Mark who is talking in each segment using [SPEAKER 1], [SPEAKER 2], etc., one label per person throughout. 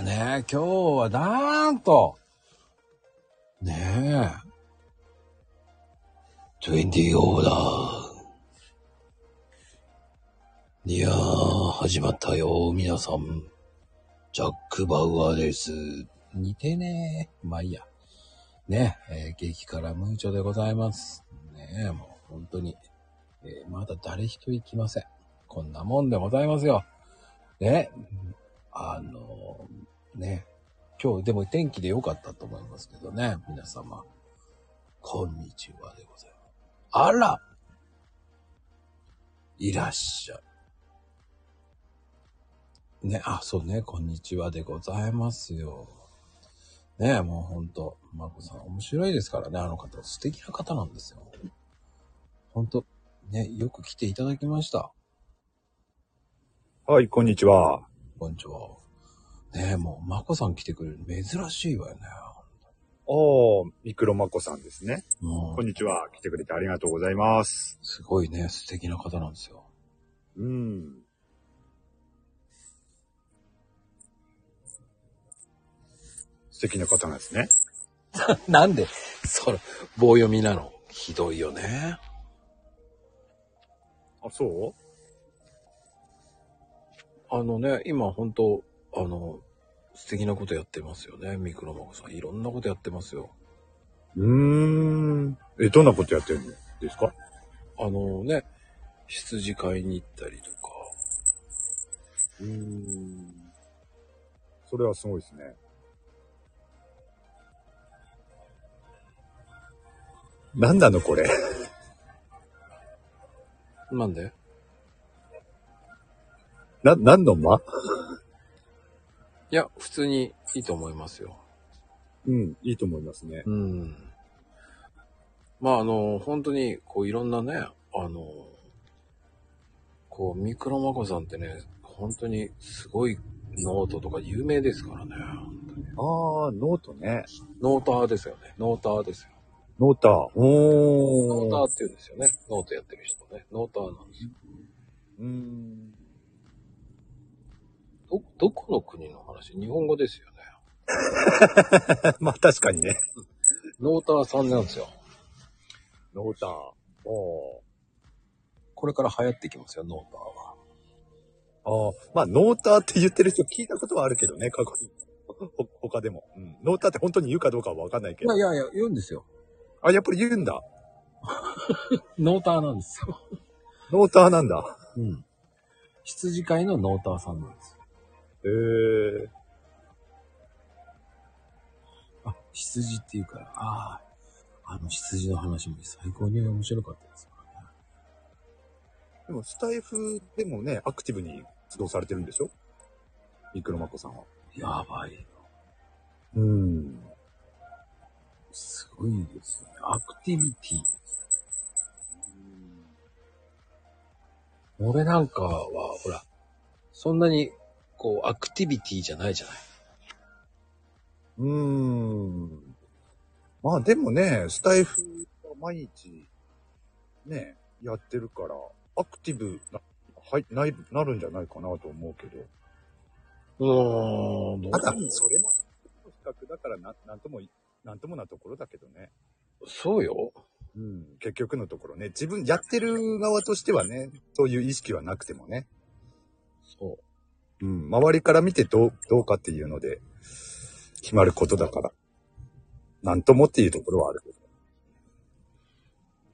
[SPEAKER 1] 今日はなんと、ねえ、20オーダー。いやー、始まったよ、皆さん。ジャック・バウアーです。似てねえ。まあいいや。ねえ、えー激辛ムーチョでございます。ねえ、もう本当に、えーまだ誰一人来ません。こんなもんでございますよ。ねあのーね今日でも天気で良かったと思いますけどね、皆様。こんにちはでございます。あらいらっしゃい。ね、あ、そうね、こんにちはでございますよ。ねえ、もうほんと、まこさん面白いですからね、あの方。素敵な方なんですよ。ほんと、ね、よく来ていただきました。
[SPEAKER 2] はい、こんにちは。
[SPEAKER 1] こんにちは。ねえ、もう、まこさん来てくれる。珍しいわよね。
[SPEAKER 2] おー、ミクロマコさんですね。
[SPEAKER 1] も
[SPEAKER 2] こ
[SPEAKER 1] うん
[SPEAKER 2] にちは。来てくれてありがとうございます。
[SPEAKER 1] すごいね、素敵な方なんですよ。
[SPEAKER 2] うん。素敵な方なんですね。
[SPEAKER 1] なんで、それ、棒読みなの。ひどいよね。
[SPEAKER 2] あ、そ
[SPEAKER 1] あのね、今本当あの、素敵なことやってますよね、ミクロマコさん。いろんなことやってますよ。
[SPEAKER 2] ううーん。え、どんなことやってるんですか
[SPEAKER 1] あのね、羊飼いに行ったりとか。
[SPEAKER 2] うーん。それはすごいですね。なんなのこれ。
[SPEAKER 1] なんで
[SPEAKER 2] な、何の間
[SPEAKER 1] いや、普通にいいと思いますよ。
[SPEAKER 2] うん、いいと思いますね。
[SPEAKER 1] うん。まああの、本当に、こういろんなね、あの、こう、ミクロマコさんってね、本当にすごいノートとか有名ですからね。
[SPEAKER 2] ああ、ノートね。
[SPEAKER 1] ノーターですよね。ノーターですよ。
[SPEAKER 2] ノーター。
[SPEAKER 1] ノ
[SPEAKER 2] お
[SPEAKER 1] ーター
[SPEAKER 2] ー。
[SPEAKER 1] って言うんですよね。ノートやってる人ね。ノーターなんですよ。
[SPEAKER 2] うーん。
[SPEAKER 1] ど、どこの国の話日本語ですよね。
[SPEAKER 2] まあ確かにね。
[SPEAKER 1] ノーターさんなんですよ。
[SPEAKER 2] ノーター。お
[SPEAKER 1] これから流行ってきますよ、ノーターは。
[SPEAKER 2] ああー。まあノーターって言ってる人聞いたことはあるけどね、過去に。ほ他でも、うん。ノーターって本当に言うかどうかはわかんないけ
[SPEAKER 1] いや
[SPEAKER 2] ど
[SPEAKER 1] い。やいや、言うんですよ。
[SPEAKER 2] あ、やっぱり言うんだ。
[SPEAKER 1] ノーターなんですよ。
[SPEAKER 2] ノーターなんだ。
[SPEAKER 1] うん。羊飼いのノーターさんなんですよ
[SPEAKER 2] へえ。
[SPEAKER 1] あ、羊っていうから、ああ、あの羊の話も最高に面白かったですからね。
[SPEAKER 2] でもスタイフでもね、アクティブに活動されてるんでしょミクロマコさんは。
[SPEAKER 1] やばい。
[SPEAKER 2] うん。
[SPEAKER 1] すごいですね。アクティビティ。俺なんかは、ほら、そんなに、こう、アクティビティじゃないじゃない。
[SPEAKER 2] うーん。まあでもね、スタイフは毎日、ね、やってるから、アクティブな、はい、ない、なるんじゃないかなと思うけど。
[SPEAKER 1] うーん、どう
[SPEAKER 2] た
[SPEAKER 1] だ
[SPEAKER 2] だ、それも、比較だからな、なんともい、なんともなところだけどね。
[SPEAKER 1] そうよ。
[SPEAKER 2] うん。結局のところね、自分、やってる側としてはね、そういう意識はなくてもね。
[SPEAKER 1] そう。
[SPEAKER 2] うん。周りから見てどう、どうかっていうので、決まることだから。なんともっていうところはある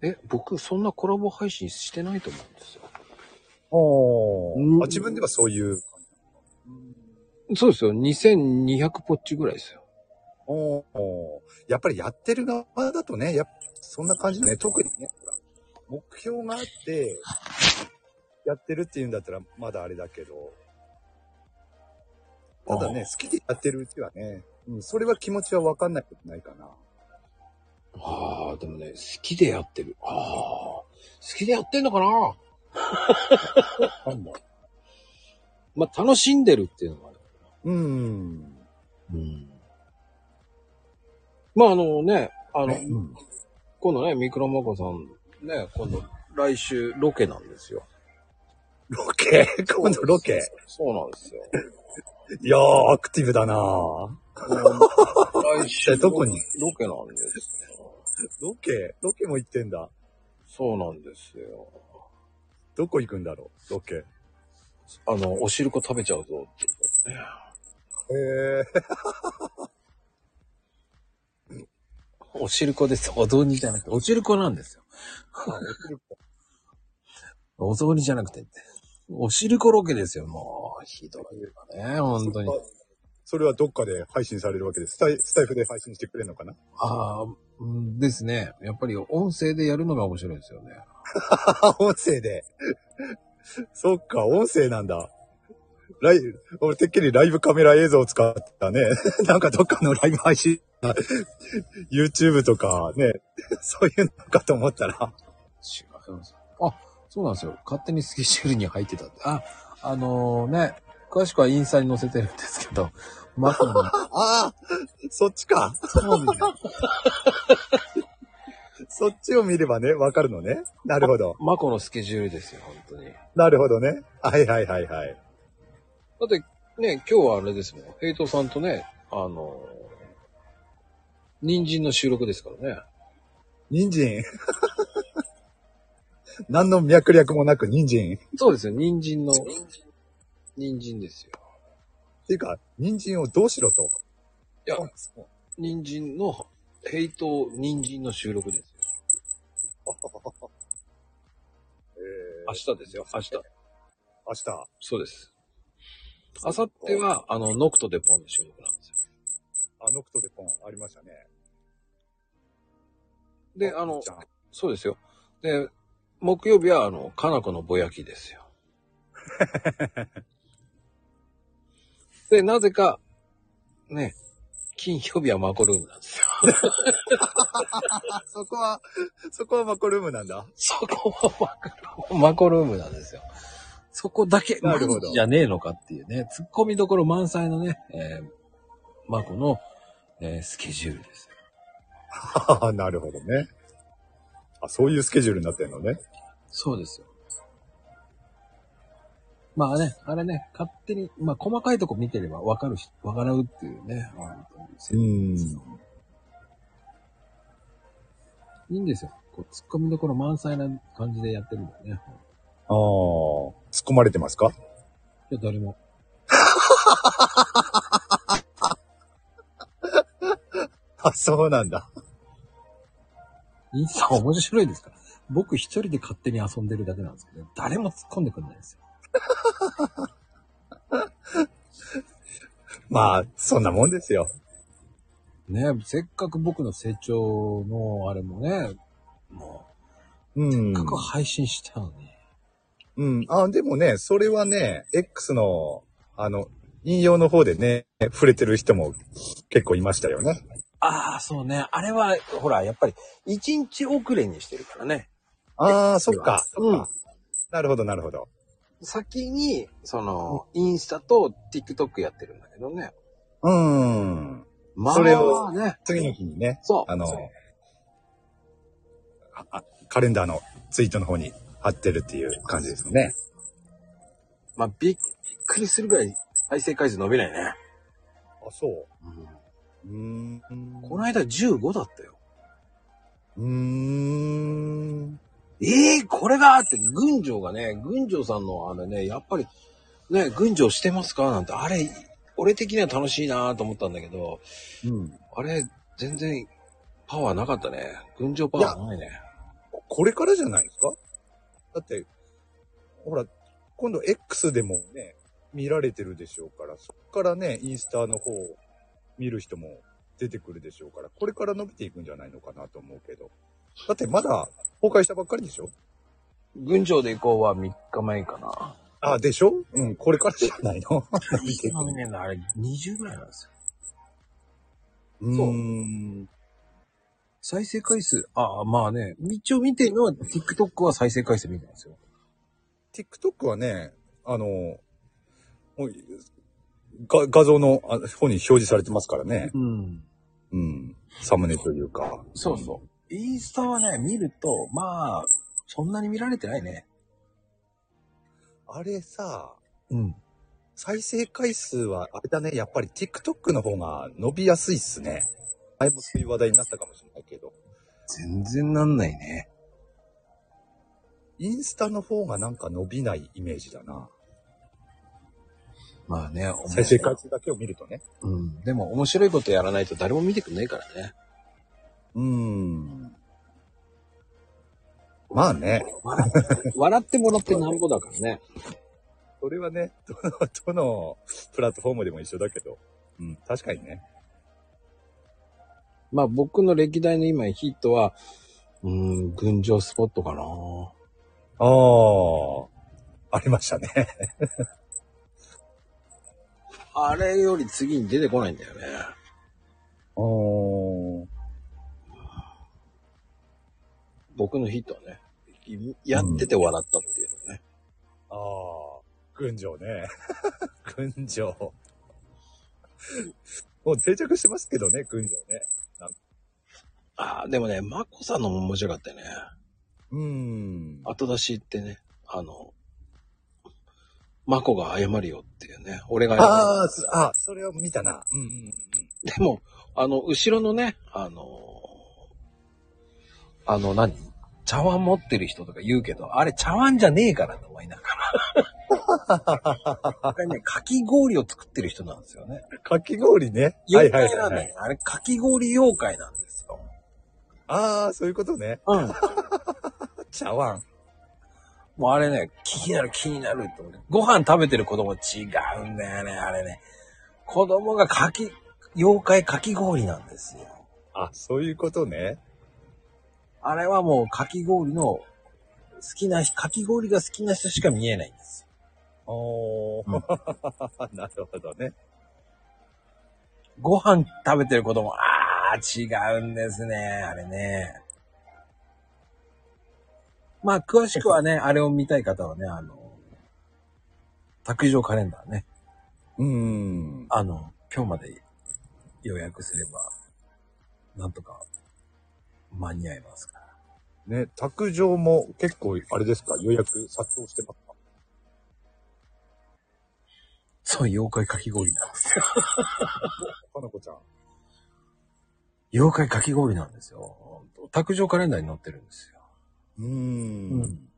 [SPEAKER 2] けど。
[SPEAKER 1] え、僕、そんなコラボ配信してないと思うんですよ。
[SPEAKER 2] ああ。自分ではそういう
[SPEAKER 1] そうですよ。2200ポッチぐらいですよ。
[SPEAKER 2] おーやっぱりやってる側だとね、やっぱそんな感じだね。特にね、ほら目標があって、やってるっていうんだったらまだあれだけど、ただね、好きでやってるうちはね、うん、それは気持ちはわかんないことないかな。
[SPEAKER 1] ああ、でもね、好きでやってる。ああ、好きでやってんのかな
[SPEAKER 2] なんだ
[SPEAKER 1] まあ、楽しんでるっていうのがある。
[SPEAKER 2] うん。
[SPEAKER 1] うん。まあ、あのね、あの、
[SPEAKER 2] うん
[SPEAKER 1] 今度ね、ミクロマコさん、ね、今度、来週ロケなんですよ。
[SPEAKER 2] ロケ今度ロケ。
[SPEAKER 3] そうなんですよ。
[SPEAKER 2] いやー、アクティブだなぁ。
[SPEAKER 3] 来週
[SPEAKER 2] 一体 どこに
[SPEAKER 3] ロケなんですよ。
[SPEAKER 2] ロケ、ロケも行ってんだ。
[SPEAKER 3] そうなんですよ。
[SPEAKER 2] どこ行くんだろう、ロケ。へ
[SPEAKER 3] あの、お汁粉食べちゃうぞって。
[SPEAKER 2] え。
[SPEAKER 1] お汁粉です。お雑煮じゃなくて、お汁粉なんですよ。お雑煮じゃなくて、お汁粉ロケですよ。もう、ひどいわね、本当に。
[SPEAKER 2] それはどっかで配信されるわけです。スタイスタイフで配信してくれるのかな
[SPEAKER 1] ああ、うんですね。やっぱり音声でやるのが面白いですよね。
[SPEAKER 2] あ、 音声で。 そっか、音声なんだ。ライ俺、てっきりライブカメラ映像を使ったね。 なんかどっかのライブ配信、YouTube とかね、 そういうのかと思ったら。
[SPEAKER 1] 違います。あ、そうなんですよ。勝手にスケジュールに入ってたって。あ、あのね、詳しくはインスタに載せてるんですけど、まさに、
[SPEAKER 2] ああそっちか。
[SPEAKER 1] そうですよ
[SPEAKER 2] そっちを見ればね、わかるのね。なるほど。
[SPEAKER 1] マコのスケジュールですよ、本当に。だ
[SPEAKER 2] なるほどね。はいはいはいはい。
[SPEAKER 1] って、ね、今日はあれですもん。平等さんとね、あの人参の収録ですからね。
[SPEAKER 2] 人参。 何の脈略もなく人参。っ
[SPEAKER 1] そうですよ、人参の、人参ですよ。
[SPEAKER 2] ていうか、人参をどうしろと。
[SPEAKER 1] いや、人参の、ヘイト人参の収録ですよ。
[SPEAKER 2] え
[SPEAKER 1] 明
[SPEAKER 2] ー、
[SPEAKER 1] 日ですよ、明日。
[SPEAKER 2] 明日。
[SPEAKER 1] そうです。明後日は、あの、ノクトでポンの収録なんですよ。
[SPEAKER 2] あ、ノクトでポンありましたね。
[SPEAKER 1] で、あの
[SPEAKER 2] じ、ゃあ
[SPEAKER 1] そうですよ。で、木曜日は、あの、かなこのぼやきです よ。で、なぜか、ね、金曜日はマコルームなんですよ。
[SPEAKER 2] あ、そこは、そこはマコルームなんだ。
[SPEAKER 1] そこはマコマコルームなんですよ。そこだけ、
[SPEAKER 2] なるほ
[SPEAKER 1] マ
[SPEAKER 2] ど
[SPEAKER 1] ジじゃねえのかっていうね、突っ込みどころ満載のね、えーマコの、えースケジュールですよ。
[SPEAKER 2] ああ、なるほどね。あ、そういうスケジュールになってんのね。
[SPEAKER 1] そうですよ。まあね、あれね、勝手に、まあ細かいとこ見てればわかるし、わからうっていうね。本当に
[SPEAKER 2] ん
[SPEAKER 1] いいんですよ。こう、突っ込みどころ満載な感じでやってるんだよね。
[SPEAKER 2] ああ、突っ込まれてますか
[SPEAKER 1] いや、誰も。
[SPEAKER 2] あ、そうなんだ。
[SPEAKER 1] インスタ面白いですから。僕一人で勝手に遊んでるだけなんですけど、誰も突っ込んでくんないんですよ。
[SPEAKER 2] まあ、そんなもんですよ。
[SPEAKER 1] ねせっかく僕の成長のあれもね、も
[SPEAKER 2] うん
[SPEAKER 1] う、せっかく配信したのに。
[SPEAKER 2] うん。あ、でもね、それはね、X の、あの、引用の方でね、触れてる人も結構いましたよね。
[SPEAKER 1] ああ、そうね。あれは、ほら、やっぱり、一日遅れにしてるからね。
[SPEAKER 2] ああ、そっか。
[SPEAKER 1] うん
[SPEAKER 2] そっかなるほど、なるほど。
[SPEAKER 1] 先に、その、インスタと TikTok やってるんだけどね。
[SPEAKER 2] うん。
[SPEAKER 1] まあ、
[SPEAKER 2] それを
[SPEAKER 1] ね。
[SPEAKER 2] 次の日にね、
[SPEAKER 1] そう。
[SPEAKER 2] あの
[SPEAKER 1] そう、
[SPEAKER 2] ああカレンダーのツイートの方に貼ってるっていう感じですね。
[SPEAKER 1] まあ、びっくりするぐらい再生回数伸びないね。
[SPEAKER 2] あ、そう。うーん。
[SPEAKER 1] この間15だったよ。
[SPEAKER 2] うーん。
[SPEAKER 1] ええこれがって、群青がね、群青さんのあのね、やっぱり、ね、群青してますかなんて、あれ、俺的には楽しいなと思ったんだけど、
[SPEAKER 2] うん。
[SPEAKER 1] あれ、全然、パワーなかったね。群青パワーないね。
[SPEAKER 2] これからじゃないですかだって、ほら、今度 X でもね、見られてるでしょうから、そこからね、インスタの方を見る人も出てくるでしょうから、これから伸びていくんじゃないのかなと思うけど。だってまだ崩壊したばっかりでしょ
[SPEAKER 1] 群青で行こうは3日前かな。
[SPEAKER 2] あ、でしょうん、これからじゃないの伸びていくの。
[SPEAKER 1] ね、あれ20ぐらいなんですよ。
[SPEAKER 2] そうーん。
[SPEAKER 1] 再生回数、ああ、まあね、一応見てるのは TikTok は再生回数見てますよ。
[SPEAKER 2] TikTok はね、あの、もうが画像のあ方に表示されてますからね。
[SPEAKER 1] うん。
[SPEAKER 2] うん。サムネというか。
[SPEAKER 1] そうそう。インスタはね、見ると、まあ、そんなに見られてないね。
[SPEAKER 2] ああれさ、
[SPEAKER 1] うん。
[SPEAKER 2] 再生回数は、あれだね、やっぱり TikTok の方が伸びやすいっすね。前もそういう話題になったかもしれないけど。
[SPEAKER 1] 全然なんないね。
[SPEAKER 2] インスタの方がなんか伸びないイメージだな。
[SPEAKER 1] まあね、おも
[SPEAKER 2] 再生回数だけを見るとね。
[SPEAKER 1] うん。でも面白いことやらないと誰も見てくんないから ね。
[SPEAKER 2] うーん。まあね、
[SPEAKER 1] 笑ってもらってなんぼだからね。
[SPEAKER 2] それはね、どの、どのプラットフォームでも一緒だけど。うん、確かにね。
[SPEAKER 1] まあ僕の歴代の今ヒットは、うーん、群青スポットかな。
[SPEAKER 2] ああ、ありました ね。
[SPEAKER 1] あれより次に出てこないんだよね。
[SPEAKER 2] おー。
[SPEAKER 1] 僕のヒットはね。やってて笑ったっていうのね。
[SPEAKER 2] ああ、群青ね。 群青。もう定着してますけどね、群青ね。
[SPEAKER 1] ああ、でもね、マコさんのも面白かったよね。
[SPEAKER 2] うーん。
[SPEAKER 1] 後出しってね、あの、マコが謝るよっていうね。俺が謝る。
[SPEAKER 2] あーすあ、それを見たな。うんうんうんうん。
[SPEAKER 1] でも、あの、後ろのね、あのー、あの何、茶碗持ってる人とか言うけど、あれ茶碗じゃねえからと思いなが ら。あれね、かき氷を作ってる人なんですよね。
[SPEAKER 2] かき氷ね。
[SPEAKER 1] 妖怪なんだよ、ね
[SPEAKER 2] はい。
[SPEAKER 1] あれかき氷妖怪なんですよ。
[SPEAKER 2] ああ、そういうことね。
[SPEAKER 1] うん。
[SPEAKER 2] 茶碗。
[SPEAKER 1] もうあれね、気になる気になるって思って。ご飯食べてる子供違うんだよね、あれね。子供がかき、妖怪かき氷なんですよ。
[SPEAKER 2] あ、そういうことね。
[SPEAKER 1] あれはもうかき氷の、好きな人、かき氷が好きな人しか見えないんですよ。
[SPEAKER 2] おー。
[SPEAKER 1] う
[SPEAKER 2] なるほどね。
[SPEAKER 1] ご飯食べてることも、あー、違うんですね、あれね。まあ、詳しくはね、あれを見たい方はね、あの、卓上カレンダーね、
[SPEAKER 2] うーん。
[SPEAKER 1] あの、今日まで予約すれば、なんとか間に合いますから。
[SPEAKER 2] ね、卓上も結構、あれですか、予約殺到してますか
[SPEAKER 1] そう、妖怪かき氷なんですよ。
[SPEAKER 2] かなこちゃん。
[SPEAKER 1] 妖怪かき氷なんですよ。卓上カレンダーに載ってるんですよ。
[SPEAKER 2] うーん
[SPEAKER 1] うん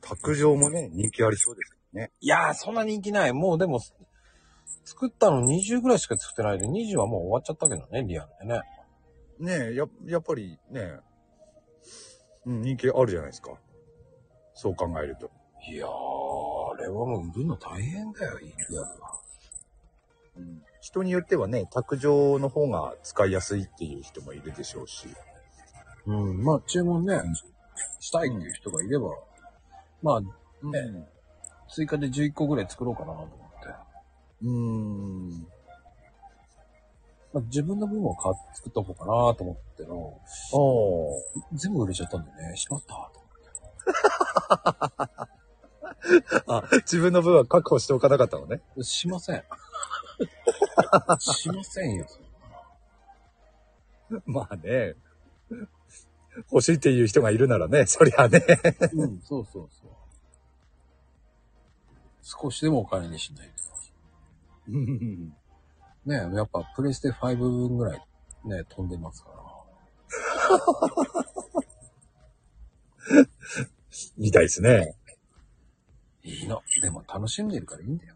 [SPEAKER 2] 卓上もね、人気ありそうですけどね。
[SPEAKER 1] いやー、そんな人気ない。もうでも、作ったの20ぐらいしか作ってないで、20はもう終わっちゃったけどね、リアルでね。
[SPEAKER 2] ねえ、や、やっぱりね、うん、人気あるじゃないですか。そう考えると。
[SPEAKER 1] いやー、あれはもう売るの大変だよ、リアルは。
[SPEAKER 2] うん、人によってはね、卓上の方が使いやすいっていう人もいるでしょうし。
[SPEAKER 1] うん、まあ注文ね、したいっていう人がいれば、まあ
[SPEAKER 2] うん
[SPEAKER 1] ね追加で11個ぐらい作ろうかなと思って。
[SPEAKER 2] うーん。
[SPEAKER 1] まあ、自分の分を買っ作っとこうかなと思っての、
[SPEAKER 2] おー。
[SPEAKER 1] 全部売れちゃったんでね、しまったと思って。
[SPEAKER 2] あ、自分の分は確保しておかなかったのね。
[SPEAKER 1] しません。しませんよ、そんな
[SPEAKER 2] まあね。欲しいっていう人がいるならね、そりゃね。
[SPEAKER 1] うん、そうそうそう。少しでもお金にしない
[SPEAKER 2] うん
[SPEAKER 1] と。ねやっぱプレステ5分ぐらいね、飛んでますから。
[SPEAKER 2] みたいですね。
[SPEAKER 1] いいの。でも楽しんでるからいいんだよ。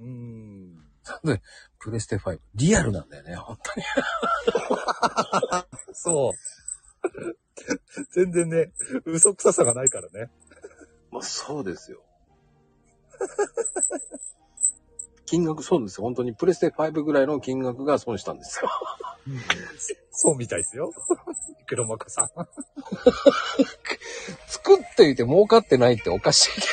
[SPEAKER 2] うん。
[SPEAKER 1] で、プレステ5。リアルなんだよね、本当に。
[SPEAKER 2] そう。 全然ね、嘘くささがないからね。
[SPEAKER 1] まあそうですよ。金額、そうですよ。本当にプレステ5ぐらいの金額が損したんですよ。
[SPEAKER 2] そうみたいですよ。 黒幕さん。
[SPEAKER 1] 作っていて儲かってないっておかしいけど。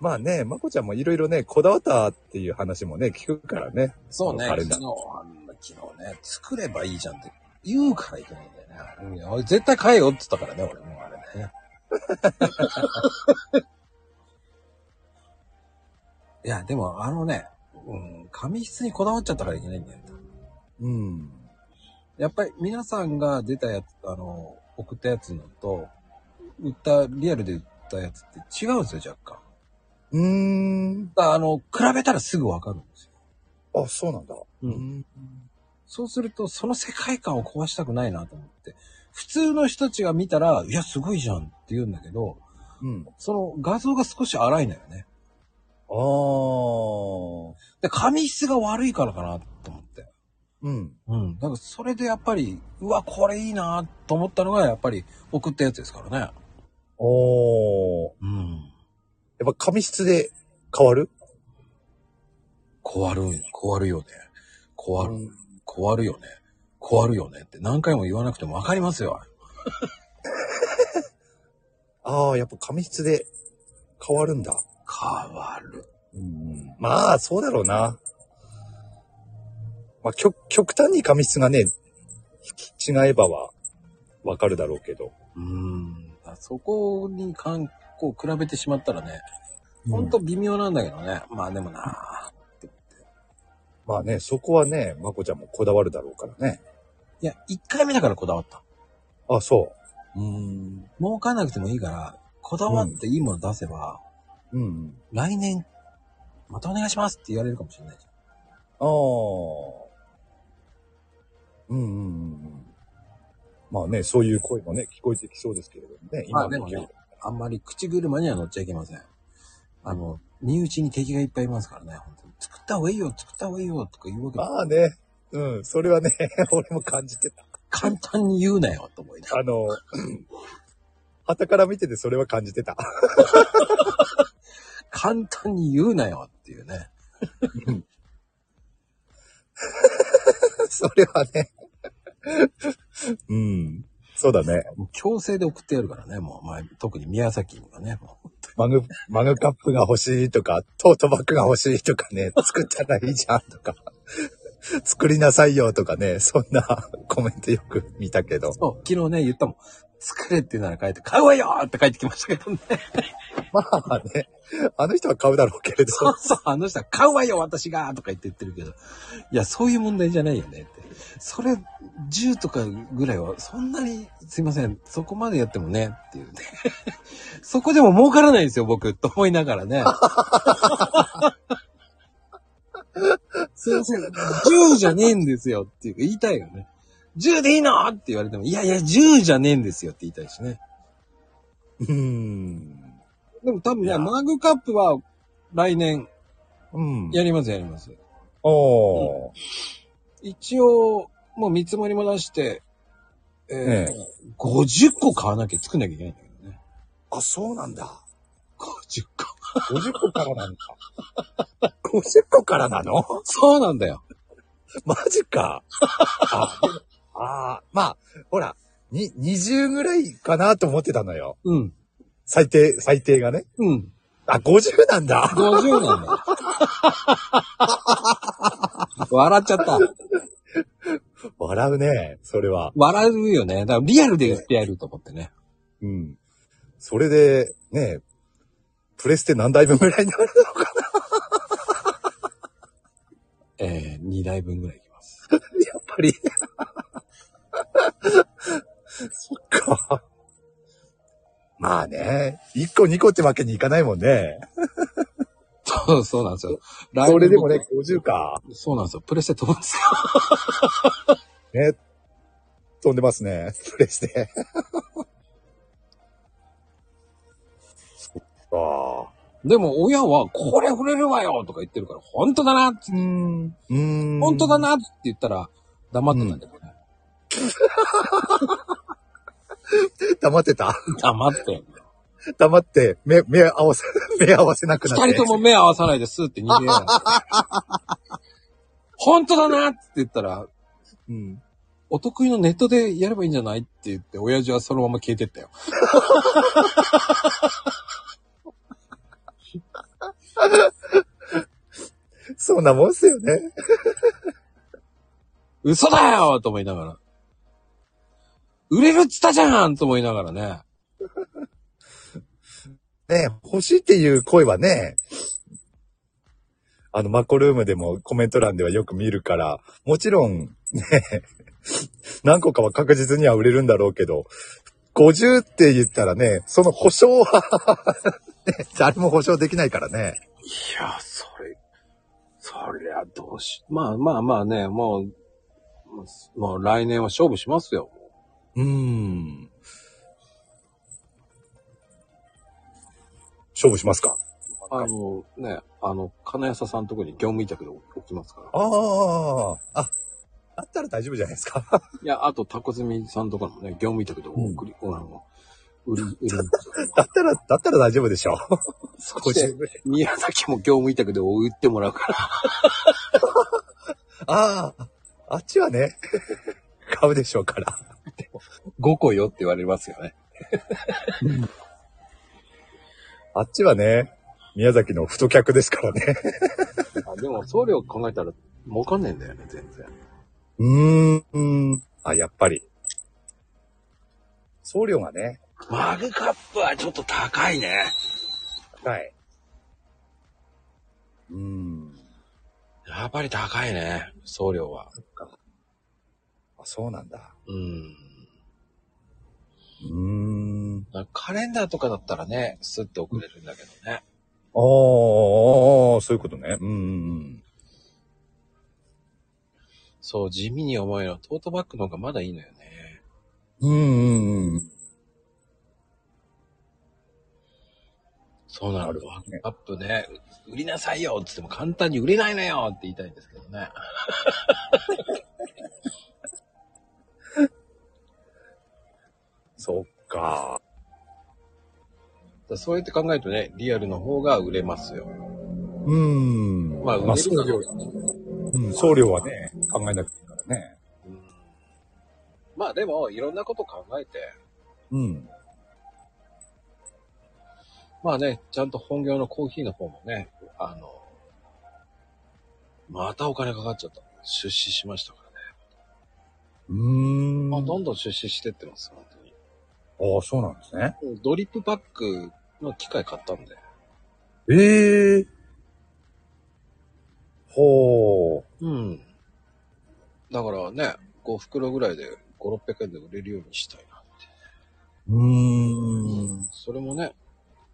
[SPEAKER 2] まあね、まこちゃんもいろいろね、こだわったっていう話もね、聞くからね。
[SPEAKER 1] そうね、
[SPEAKER 2] あれ
[SPEAKER 1] 昨日、
[SPEAKER 2] だ
[SPEAKER 1] あ。んな昨日ね、作ればいいじゃんって言うからいけないんだよねあれね。俺絶対買えよって言ったからね、俺もうあれね。 いや、でもあのね、うん、紙質にこだわっちゃったからいけないんだよ。
[SPEAKER 2] うん。
[SPEAKER 1] やっぱり皆さんが出たやつ、あの、送ったやつのと、売った、リアルで売ったやつって違うんですよ、若干。
[SPEAKER 2] うーん。
[SPEAKER 1] だからあの、比べたらすぐわかるんですよ。
[SPEAKER 2] あ、そうなんだ。
[SPEAKER 1] う
[SPEAKER 2] うんん。
[SPEAKER 1] そうすると、その世界観を壊したくないなと思って。普通の人たちが見たら、いや、すごいじゃんって言うんだけど、
[SPEAKER 2] うん。
[SPEAKER 1] その画像が少し荒いのよね。
[SPEAKER 2] あー。
[SPEAKER 1] で、紙質が悪いからかなと思って。
[SPEAKER 2] うん。
[SPEAKER 1] うん。だからそれでやっぱり、うわ、これいいなと思ったのが、やっぱり送ったやつですからね。
[SPEAKER 2] おー。
[SPEAKER 1] うん。
[SPEAKER 2] やっぱ紙質で変わる
[SPEAKER 1] 壊る、壊るよね。壊る、壊るよね。壊るよねって何回も言わなくてもわかりますよ。
[SPEAKER 2] ああ、やっぱ紙質で変わるんだ。
[SPEAKER 1] 変わる。
[SPEAKER 2] うん。まあ、そうだろうな。まあ、極、極端に紙質がね、違えばは、わかるだろうけど。
[SPEAKER 1] うん。だからそこに観光比べてしまったらね、
[SPEAKER 2] ほ
[SPEAKER 1] ほ
[SPEAKER 2] ん
[SPEAKER 1] ん
[SPEAKER 2] と
[SPEAKER 1] と微妙なんだけどね。まあでもな
[SPEAKER 2] まあね、そこはね、まこちゃんもこだわるだろうからね。
[SPEAKER 1] いや、1回目だからこだわった。
[SPEAKER 2] あ、そう
[SPEAKER 1] ーん。儲かんなくてもいいから、こだわっていいもの出せば、
[SPEAKER 2] う。うん。
[SPEAKER 1] 来年、またお願いしますって言われるかもしれないじゃん。
[SPEAKER 2] ああ。うんうんうんうん。まあね、そういう声もね、聞こえてきそうですけれどもね。
[SPEAKER 1] まあ
[SPEAKER 2] の
[SPEAKER 1] でもねあんまり口車には乗っちゃいけません。あの、身内に敵がいっぱいいますからね、本当に。作った方がいいよ、作った方がいいよ、とか言うわけで
[SPEAKER 2] まあね、うん、それはね、 俺も感じてた。
[SPEAKER 1] 簡単に言うなよ、と思いながら。
[SPEAKER 2] あの、 旗から見ててそれは感じてた。
[SPEAKER 1] 簡単に言うなよ、っていうね。
[SPEAKER 2] それはね。うん。そうだね。
[SPEAKER 1] もう強制で送ってやるからね、もう、まあ、特に宮崎にはね、もう。
[SPEAKER 2] マグ、マグカップが欲しいとか、トートバッグが欲しいとかね、作ったらいいじゃんとか、作りなさいよとかね、そんな コメントよく見たけど。
[SPEAKER 1] そう、昨日ね、言ったもん。作れって言うなら書いて、買うわよって帰ってきましたけどね。
[SPEAKER 2] まあね、あの人は買うだろうけれど。
[SPEAKER 1] そうそう、あの人は買うわよ、私がとか言って言ってるけど。いや、そういう問題じゃないよねって。それ、10とかぐらいは、そんなに、すいません、そこまでやってもね、っていうね。 そこでも儲からないんですよ、僕、と思いながらね。すいません、10じゃねえんですよっていうか言いたいよね。10でいいのって言われても、いやいや、10じゃねえんですよって言いたいしね。
[SPEAKER 2] うん。
[SPEAKER 1] でも多分
[SPEAKER 2] い
[SPEAKER 1] ね、
[SPEAKER 2] や
[SPEAKER 1] マグカップは来年
[SPEAKER 2] うん。
[SPEAKER 1] やりますやります。
[SPEAKER 2] おー。
[SPEAKER 1] 一応、もう見積もりも出して、えー
[SPEAKER 2] ええ
[SPEAKER 1] 50個買わなきゃ作んなきゃいけないんだけどね。
[SPEAKER 2] あ、そうなんだ。
[SPEAKER 1] 50個。
[SPEAKER 2] 50個からなんだ。50個からなの
[SPEAKER 1] そうなんだよ。
[SPEAKER 2] マジか。ああー、まあ、ほら、に、20ぐらいかなと思ってたのよ。
[SPEAKER 1] うん。
[SPEAKER 2] 最低、最低がね。
[SPEAKER 1] うん。
[SPEAKER 2] あ、50なんだ。
[SPEAKER 1] 50なんだ よ。笑っちゃった。
[SPEAKER 2] 笑うね、それは。
[SPEAKER 1] 笑うよね。だからリアルで言ってやると思ってね。
[SPEAKER 2] うん。それで、ね、プレステ何台分ぐらいになるの か
[SPEAKER 1] えー、2台分ぐらいいきます。
[SPEAKER 2] な、やっぱり。 そっか。まあね、1個2個ってわけにいかないもんね。
[SPEAKER 1] そう、そうなんですよ。来年
[SPEAKER 2] それでもね、50か。
[SPEAKER 1] 僕。そうなんですよ。プレステ飛ぶんですよ。
[SPEAKER 2] ね、飛んでますね、 プレステ。そっか。
[SPEAKER 1] でも親は、これ触れるわよとか言ってるから、本当だなって
[SPEAKER 2] うーん。うーん。
[SPEAKER 1] 本当だ。なって言ったら、黙ってたんだけどね。
[SPEAKER 2] 黙ってた。
[SPEAKER 1] 黙って。
[SPEAKER 2] 黙って、目、目合わせ、 目合わせなくなって。
[SPEAKER 1] 二人とも目合わさないですって逃げ やがって。本当だなって言ったら、
[SPEAKER 2] うん。
[SPEAKER 1] お得意のネットでやればいいんじゃないって言って、親父はそのまま消えてったよ。
[SPEAKER 2] そんなもんっすよね。
[SPEAKER 1] 嘘だよと思いながら。売れるっつったじゃんと思いながらね。
[SPEAKER 2] ね欲しいっていう声はね、あの、マコルームでもコメント欄ではよく見るから、もちろん、ね、 何個かは確実には売れるんだろうけど、50って言ったらね、その保証は ね、誰も保証できないからね。
[SPEAKER 1] いや、それ、そりゃどうし、まあまあまあね、もう、もう来年は勝負しますよ。
[SPEAKER 4] うーん。
[SPEAKER 2] 勝負しますか
[SPEAKER 1] あのね、あの、金谷さんのとこに業務委託で置きますから。
[SPEAKER 2] ああ、あ、だったら大丈夫じゃないですか。
[SPEAKER 1] いや、あと、タコスミさんとかもね、業務委託で送り、あの、売り、売 りますから
[SPEAKER 2] だったら、だったら大丈夫でしょう。
[SPEAKER 1] そ
[SPEAKER 2] 50
[SPEAKER 1] して、宮崎も業務委託で売ってもらうから。
[SPEAKER 2] ああ、あっちはね、買うでしょうから。
[SPEAKER 4] 5個よって言われますよね。
[SPEAKER 2] あっちはね、宮崎の太客ですからね。
[SPEAKER 1] あでも、送料考えたら、儲かんねえんだよね、全然。
[SPEAKER 2] うーん。あ、やっぱり。送料がね、
[SPEAKER 1] マグカップはちょっと高いね。
[SPEAKER 2] 高い。うーん。
[SPEAKER 1] やっぱり高いね、送料は。
[SPEAKER 2] あ、そうなんだ。
[SPEAKER 1] うん。
[SPEAKER 2] うーん。
[SPEAKER 1] なんかカレンダーとかだったらね、スッと送れるんだけどね。
[SPEAKER 2] あーあー、そういうことね。うんうんうん。
[SPEAKER 1] そう、地味に重いのはトートバッグの方がまだいいのよね。
[SPEAKER 2] うんうんうん。
[SPEAKER 1] そうな
[SPEAKER 2] な
[SPEAKER 1] の
[SPEAKER 2] る
[SPEAKER 1] よ。
[SPEAKER 2] ほどね
[SPEAKER 1] アップね、売りなさいよって言っても簡単に売れないのよって言いたいんですけどね。
[SPEAKER 2] そっ
[SPEAKER 1] だ
[SPEAKER 2] か。
[SPEAKER 1] からそうやって考えるとね、リアルの方が売れますよ。
[SPEAKER 2] うーん。
[SPEAKER 1] まあ、売れ
[SPEAKER 2] 送
[SPEAKER 1] るかど
[SPEAKER 2] 料
[SPEAKER 1] う、かね。
[SPEAKER 2] うん、送料はね、考えなくていいからね。
[SPEAKER 1] うんまあでも、いろんなこと考えて、
[SPEAKER 2] うん。
[SPEAKER 1] まあね、ちゃんと本業のコーヒーの方もね、あの、またお金かかっちゃった。出資しましたからね。
[SPEAKER 2] うーん。
[SPEAKER 1] まあ、ど
[SPEAKER 2] あ
[SPEAKER 1] んどん出資してってます、本当に。
[SPEAKER 2] あ、そうなんですね。
[SPEAKER 1] ドリップバッグの機械買ったんで。
[SPEAKER 2] ええほう。
[SPEAKER 1] うん。だからね、5袋ぐらいで5、600円で売れるようにしたいなって。
[SPEAKER 2] うーん。
[SPEAKER 1] それもね、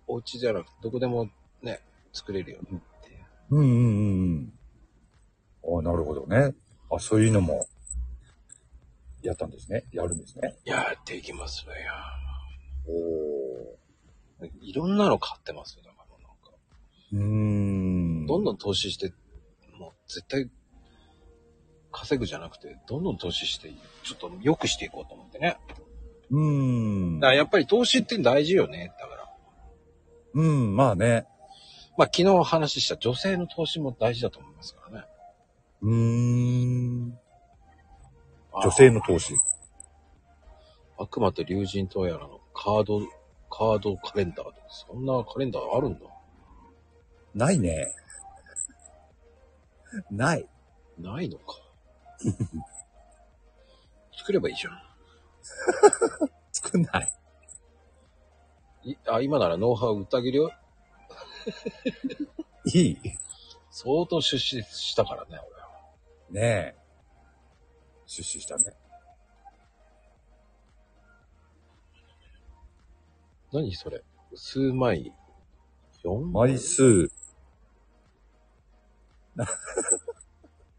[SPEAKER 1] お家じゃなくて、どこでもね、作れるようにっていう。
[SPEAKER 2] うんうんうんうん。あなるほどね。あ、そういうのも、やったんですね。やるんですね。
[SPEAKER 1] いやー、できますね。
[SPEAKER 2] おお。
[SPEAKER 1] いろんなの買ってますよ、だからなんか。
[SPEAKER 2] うーん。
[SPEAKER 1] どんどん投資して、もう絶対、稼ぐじゃなくて、どんどん投資して、ちょっと良くしていこうと思ってね。
[SPEAKER 2] う
[SPEAKER 1] だ
[SPEAKER 2] ん
[SPEAKER 1] か。らやっぱり投資って大事よね。だから。
[SPEAKER 2] うん、まあね。
[SPEAKER 1] まあ昨日お話しした女性の投資も大事だと思いますからね。
[SPEAKER 2] うーん。
[SPEAKER 1] あ
[SPEAKER 2] 女性の投資。
[SPEAKER 1] 悪魔と竜神とやらのカード、カードカレンダーとか、そんなカレンダーあるんだ。
[SPEAKER 2] ないね。ない。
[SPEAKER 1] ないのか。 作ればいいじゃん。
[SPEAKER 2] 作んない。
[SPEAKER 1] いあ今ならノウハウ売ってあげるよ。
[SPEAKER 2] いい。
[SPEAKER 1] 相当出資したからね、俺は。
[SPEAKER 2] ねえ。出資したね。
[SPEAKER 1] 何それ数枚 ?4 枚
[SPEAKER 2] 枚数。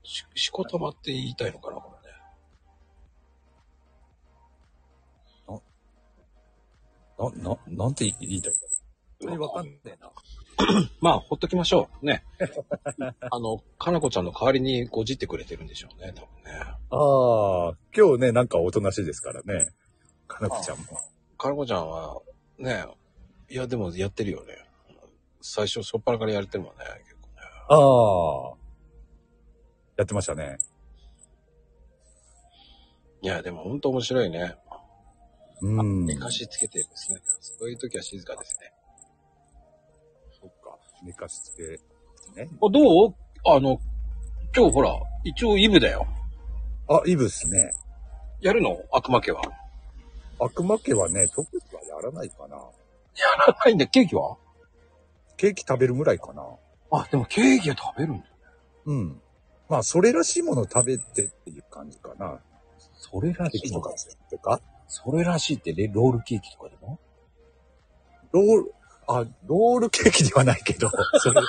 [SPEAKER 1] し、しこたまって言いたいのかな、これね。
[SPEAKER 2] な、な、なんて言いたいんだろう。わかんねえな。
[SPEAKER 1] まあ、ほっときましょう。 ね。あの、かなこちゃんの代わりにごじってくれてるんでしょうね、多分ね。
[SPEAKER 2] ああ、今日ね、なんかおとなしいですからね。かなこちゃんも。
[SPEAKER 1] かなこちゃんは、ね、いや、でもやってるよね。最初、初っ端からやれてるもんね、結構ね。
[SPEAKER 2] ああ。やってましたね。
[SPEAKER 1] いや、でもほんと面白いね。
[SPEAKER 2] うん。
[SPEAKER 1] 寝かしつけてですね。そういう時は静かですね。
[SPEAKER 2] そっか。寝かしつけ。ね。
[SPEAKER 1] あどうあの、今日ほら、一応イブだよ。
[SPEAKER 2] あ、イブっすね。
[SPEAKER 1] やるの悪魔家は。
[SPEAKER 2] 悪魔家はね、特別はやらないかな。
[SPEAKER 1] はいんで、ケーキは
[SPEAKER 2] ケーキ食べるぐらいかな。
[SPEAKER 1] あ、でもケーキは食べるんだ。
[SPEAKER 2] うん。まあ、それらしいものを食べてっていう感じかな。
[SPEAKER 1] それらし
[SPEAKER 2] ケーキ
[SPEAKER 1] い
[SPEAKER 2] と。か作ってか
[SPEAKER 1] それらしいってね、ロールケーキとかでも
[SPEAKER 2] ロール、あ、ロールケーキではないけ ど、それ、それらし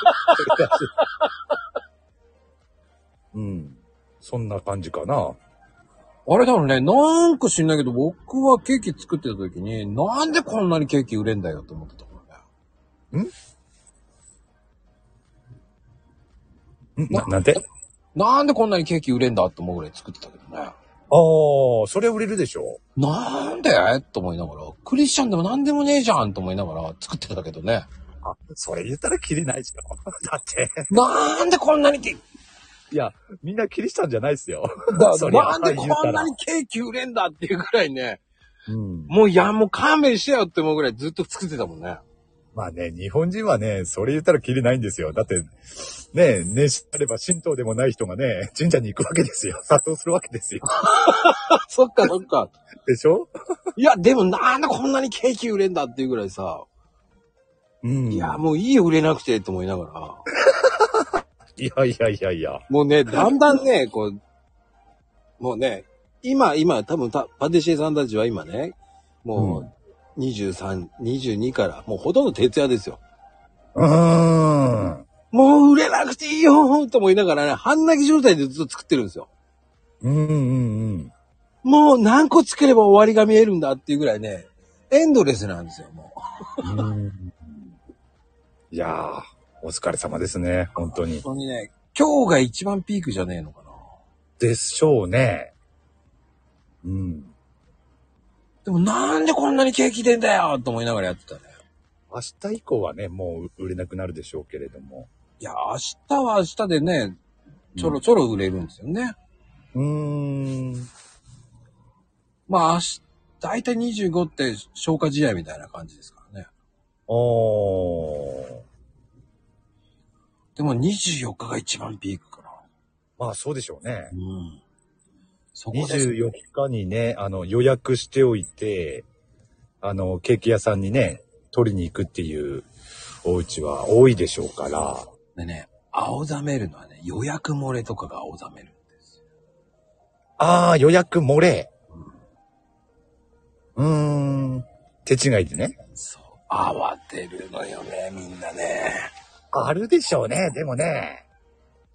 [SPEAKER 2] いうん。そんな感じかな。
[SPEAKER 1] あれだろうね、なんか知んないけど、僕はケーキ作ってた時に、なんでこんなにケーキ売れんだよって思ってたもんね。
[SPEAKER 2] んな、なんて
[SPEAKER 1] なんでこんなにケーキ売れんだって思うぐらい作ってたけどね。
[SPEAKER 2] ああ、それ売れるでしょ
[SPEAKER 1] なんでと思いながら、クリスチャンでもなんでもねえじゃんと思いながら作ってたけど ね。
[SPEAKER 2] あ、それ言ったらキリないじゃん。 だって、
[SPEAKER 1] なんでこんなにケーキ、
[SPEAKER 2] いや、みんなキリシタンじゃないっすよ。
[SPEAKER 1] だ
[SPEAKER 2] そりゃ
[SPEAKER 1] なんでこ
[SPEAKER 2] 言うた
[SPEAKER 1] んな
[SPEAKER 2] ら
[SPEAKER 1] にケーキ売れんだっていうぐらいね、
[SPEAKER 2] うん。
[SPEAKER 1] もういや、もう勘弁してよって思うぐらいずっと作ってたもんね。
[SPEAKER 2] まあね、日本人はね、それ言ったらキリないんですよ。だって、ね、熱あれば神道でもない人がね、神社に行くわけ ですよ。殺到するわけですよ。
[SPEAKER 1] あそっかそっか。
[SPEAKER 2] でしょ
[SPEAKER 1] いや、でもなんでこんなにケーキ売れんだっていうぐらいさ、
[SPEAKER 2] うん。
[SPEAKER 1] いや、もういいよ売れなくてって思いながら。
[SPEAKER 2] いやいやいやいや。
[SPEAKER 1] もうね、だんだんね、こう、もうね、今、今、多分た、パティシエさんたちは今ね、もう、23、22から、もうほとんど徹夜ですよ。
[SPEAKER 2] うーん。
[SPEAKER 1] もう売れなくていいよと思いながらね、半泣き状態でずっと作ってるんですよ。
[SPEAKER 2] うんうんうん。
[SPEAKER 1] もう何個作れば終わりが見えるんだっていうぐらいね、エンドレスなんですよ、も
[SPEAKER 2] うんいやー、お疲れ様ですね、本当
[SPEAKER 1] う。
[SPEAKER 2] に。
[SPEAKER 1] 本当にね、今日が一番ピークじゃねえのかな。
[SPEAKER 2] でしょうね。うん。
[SPEAKER 1] でもなんでこんなに景気出んだよと思いながらやってたね。
[SPEAKER 2] 明日以降はね、もう売れなくなるでしょうけれども。
[SPEAKER 1] いや、明日は明日でね、ちょろちょろ売れるんですよね。
[SPEAKER 2] うーん。
[SPEAKER 1] まあ、明日大体25って消化試合みたいな感じですからね。
[SPEAKER 2] おー。
[SPEAKER 1] でも24日が一番ピークかな。
[SPEAKER 2] まあそうでしょうね。
[SPEAKER 1] うん。そこです。
[SPEAKER 2] 24日にね、あの、予約しておいて、あの、ケーキ屋さんにね、取りに行くっていうお家は多いでしょうから。
[SPEAKER 1] でね、青ざめるのはね、予約漏れとかが青ざめるんですよ。
[SPEAKER 2] ああ、予約漏れ。うーん。手違いでね。
[SPEAKER 1] そう。慌てるのよね、みんなね。
[SPEAKER 2] あるでしょうね。でもね。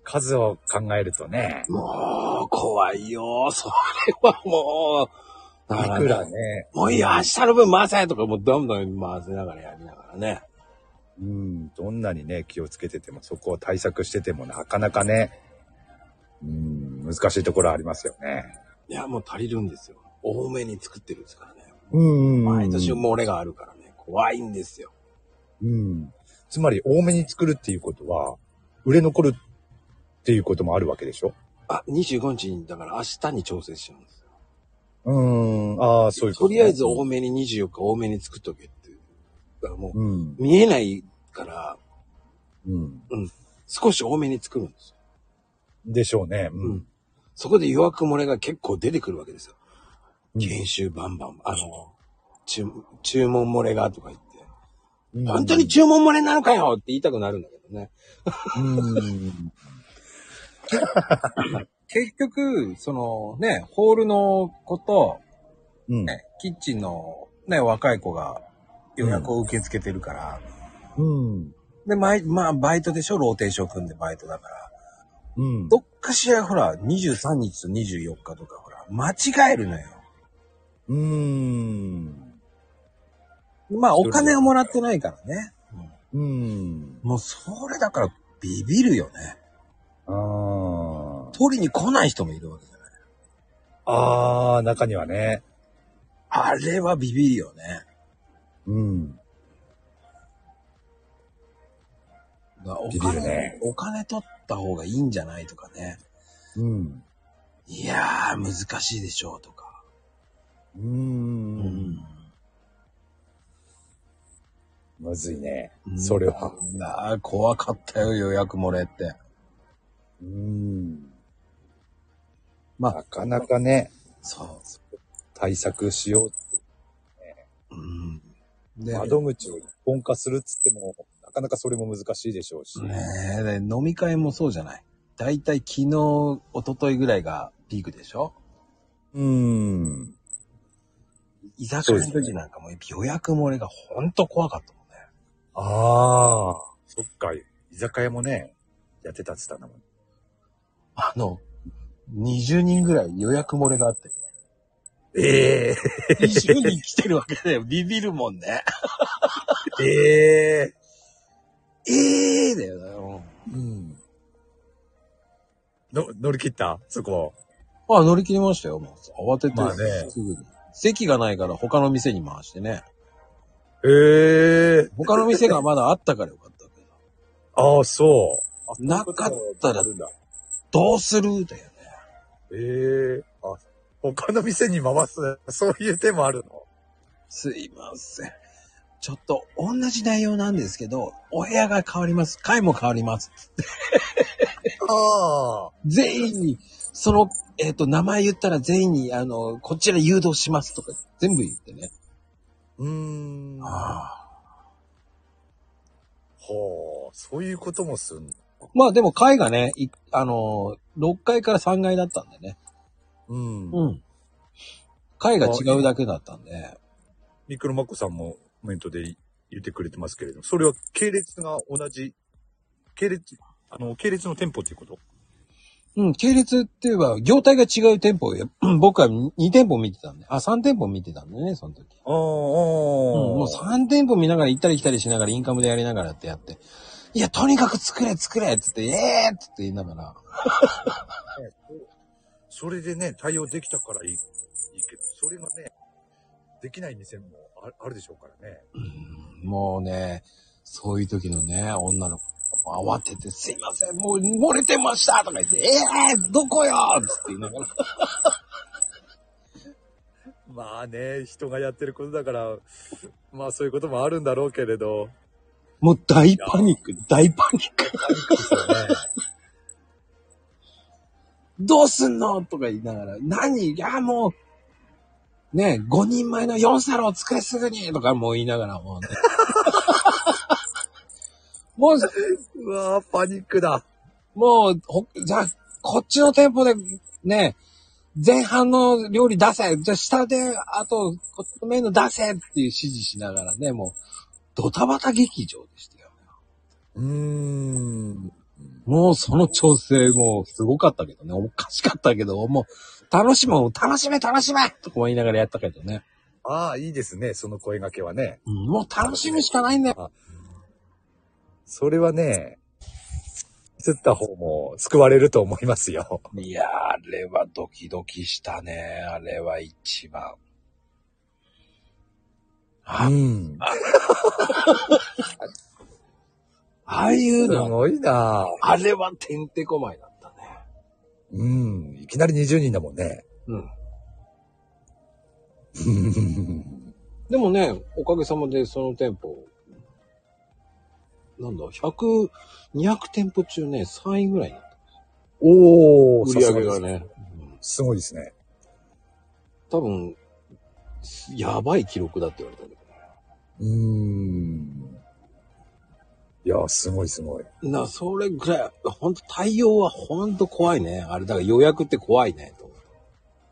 [SPEAKER 2] 数を考えるとね。
[SPEAKER 1] もう、怖いよ。それはもう、
[SPEAKER 2] いくらね。
[SPEAKER 1] もういいよ、明日の分回せとか、もうどんどん回せながらやりながらね。
[SPEAKER 2] うん。どんなにね、気をつけてても、そこを対策してても、なかなかね、うん、難しいところありますよね。
[SPEAKER 1] いや、もう足りるんですよ。多めに作ってるんですからね。
[SPEAKER 2] うん
[SPEAKER 1] 毎年漏れがあるからね、怖いんですよ。
[SPEAKER 2] うん。つまり、多めに作るっていうことは、売れ残るっていうこともあるわけでしょ
[SPEAKER 1] あ、25日に、だから明日に調整しちゃうんですよ。
[SPEAKER 2] うん。ああ、そういうこととね、
[SPEAKER 1] りあえず多めに24日多めに作っとけっていう。だからもう、
[SPEAKER 2] うん。
[SPEAKER 1] 見えないから、
[SPEAKER 2] うん。
[SPEAKER 1] 少し多めに作るんですよ。
[SPEAKER 2] でしょうね。う
[SPEAKER 1] うんん。そこで予約漏れが結構出てくるわけですよ。
[SPEAKER 2] うん
[SPEAKER 1] 研修バンバン、あの、注注文漏れがとか言って、本当に注文漏れなのかよって言いたくなるんだけどね。
[SPEAKER 2] うん。
[SPEAKER 1] 結局、そのね、ホールの子と、
[SPEAKER 2] うん。
[SPEAKER 1] ね、キッチンのね、若い子が予約を受け付けてるから、
[SPEAKER 2] うん。
[SPEAKER 1] で、毎、まあ、バイトでしょ、ローテーション組んでバイトだから。
[SPEAKER 2] うん。
[SPEAKER 1] どっかしら、ほら、23日と24日とか、ほら、間違えるのよ。
[SPEAKER 2] うん。
[SPEAKER 1] まあ、お金をもらってないからね。
[SPEAKER 2] うん。
[SPEAKER 1] もう、それだから、ビビるよね。
[SPEAKER 2] あ
[SPEAKER 1] 取りに来ない人もいるわけじゃない。
[SPEAKER 2] あ。ああ、中にはね。
[SPEAKER 1] あれはビビるよね。
[SPEAKER 2] うん。
[SPEAKER 1] お
[SPEAKER 2] ビビ
[SPEAKER 1] 金、
[SPEAKER 2] るね
[SPEAKER 1] お金取った方がいいんじゃないとかね。
[SPEAKER 2] うん。
[SPEAKER 1] いやー、難しいでしょうとか。
[SPEAKER 2] う。
[SPEAKER 1] うん
[SPEAKER 2] むずいね。
[SPEAKER 1] うん
[SPEAKER 2] それは。
[SPEAKER 1] なあ、怖かったよ、予約漏れって。
[SPEAKER 2] うん。
[SPEAKER 1] まあ
[SPEAKER 2] なかなかね、
[SPEAKER 1] そ
[SPEAKER 2] 対策しよう
[SPEAKER 1] う。うん。
[SPEAKER 2] って。
[SPEAKER 1] で、
[SPEAKER 2] 窓口を一本化するっつっても、なかなかそれも難しいでしょうし。
[SPEAKER 1] ねえ、で飲み会もそうじゃない。だいたい昨日、一昨日ぐらいがピークでしょ
[SPEAKER 2] うーん。
[SPEAKER 1] 居酒屋の時なんかもう予約漏れがほんと怖かったもんね。
[SPEAKER 2] ああ、そっか。居酒屋もね、やってたって言ったんだもん。
[SPEAKER 1] あの、20人ぐらい予約漏れがあって。
[SPEAKER 2] ええ
[SPEAKER 1] 20人来てるわけだよ。ビビるもんね。
[SPEAKER 2] ええ
[SPEAKER 1] ええー、だよ
[SPEAKER 2] うん。の、乗り切ったそこ。
[SPEAKER 1] な。あ、乗り切りましたよ。もう慌てて、
[SPEAKER 2] まあね
[SPEAKER 1] すぐに。席がないから他の店に回してね。
[SPEAKER 2] ええ
[SPEAKER 1] 他の店がまだあったからよかったけど。
[SPEAKER 2] ああ、そう。
[SPEAKER 1] なかったら
[SPEAKER 2] え
[SPEAKER 1] どうするだよね。
[SPEAKER 2] えあ、他の店に回す。そういう手もあるの。
[SPEAKER 1] すいません。ちょっと同じ内容なんですけど、お部屋が変わります。階も変わります。
[SPEAKER 2] ああ。
[SPEAKER 1] 全員に、その、えっ、と、名前言ったら全員に、あの、こちら誘導しますとか、全部言ってね。
[SPEAKER 2] うーん。
[SPEAKER 1] ああ。
[SPEAKER 2] ほう。そういうこともするの。
[SPEAKER 1] まあでも階がね、いあの、6階から3階だったんでね。
[SPEAKER 2] うん。
[SPEAKER 1] ん。階が違うだけだったんで。
[SPEAKER 2] ミクロマコさんもコメントで言ってくれてますけれども、それは系列が同じ、系列、あの、系列の店舗っていうこと
[SPEAKER 1] うん、系列って言えば、業態が違う店舗を、うん 僕は2店舗見てたんで、あ、3店舗見てたんでね、その時。
[SPEAKER 2] ああ、
[SPEAKER 1] うん、もう3店舗見ながら行ったり来たりしながらインカムでやりながらってやって、いや、とにかく作れ作れっつって、ええー、っつって言いながら、
[SPEAKER 2] それでね、対応できたからいい、いいけど、それがね、できない店もああるでしょうからね。
[SPEAKER 1] うんもうね、そういう時のね、女の子、慌てて、すいません、もう漏れてましたとか言って、ええー、どこよっつって言いながら、
[SPEAKER 2] まあね、人がやってることだから、まあそういうこともあるんだろうけれど、
[SPEAKER 1] もう大パニック、大パニック、
[SPEAKER 2] ですよね。
[SPEAKER 1] どうすんのとか言いながら、何いや、もう、ね、5人前の4皿を作れすぐにとかもう言いながら、もうね、 もう、
[SPEAKER 2] うわぁ、パニックだ。
[SPEAKER 1] もう、ほ、じゃあ、こっちの店舗で、ね、前半の料理出せじゃあ下で、あと、こっちのメニュー出せっていう指示しながらね、もう、ドタバタ劇場でしたよ。
[SPEAKER 2] うーん。
[SPEAKER 1] もうその調整もすごかったけどね、おかしかったけど、もう、楽しもう、楽しめ、楽しめとか言いながらやったけどね。
[SPEAKER 2] ああ、いいですね、その声掛けはね。
[SPEAKER 1] うんもう楽しみしかないんだよ。
[SPEAKER 2] それはね、釣った方も救われると思いますよ。
[SPEAKER 1] いやー、あれはドキドキしたね。あれは一番。あ
[SPEAKER 2] ん。
[SPEAKER 1] ああいう
[SPEAKER 2] す
[SPEAKER 1] のは
[SPEAKER 2] ごいな
[SPEAKER 1] あれはてんてこまいだったね。
[SPEAKER 2] うん。いきなり20人だもんね。
[SPEAKER 1] うん。 でもね、おかげさまでその店舗、なんだ、100、200店舗中ね、3位ぐらいになった。
[SPEAKER 2] お
[SPEAKER 1] 売り上げが。ね。うん
[SPEAKER 2] すごいですね。
[SPEAKER 1] 多分、やばい記録だって言われたけど
[SPEAKER 2] うん。いや、すごいすごい。
[SPEAKER 1] ね。な、それぐらい、ほんと対応はほんと怖いね。あれ、だから予約って怖いね、と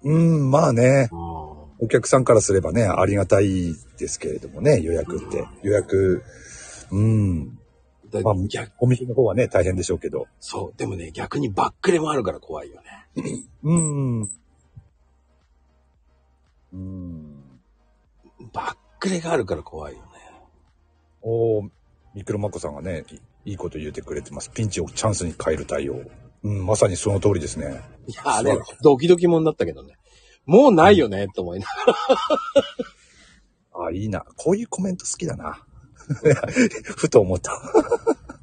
[SPEAKER 2] うん、まあね。
[SPEAKER 1] 思った。
[SPEAKER 2] お客さんからすればね、ありがたいですけれどもね、予約って。予約、うん。
[SPEAKER 1] だ
[SPEAKER 2] まあ
[SPEAKER 1] 逆
[SPEAKER 2] お店の方はね、大変でしょうけど。
[SPEAKER 1] そう、でもね、逆にバックレもあるから怖いよね。
[SPEAKER 2] うん。うん。
[SPEAKER 1] バックレがあるから怖いよね。
[SPEAKER 2] おーミクロマコさんがね、いいいこと言ってくれてます。ピンチをチャンスに変える対応。うん、まさにその通りですね。
[SPEAKER 1] いや、あれ
[SPEAKER 2] そうだ、
[SPEAKER 1] ドキドキもんだったけどね。もうないよね、と思いなが
[SPEAKER 2] あ、いいな。こういうコメント好きだな。 ふと思った。
[SPEAKER 1] ら。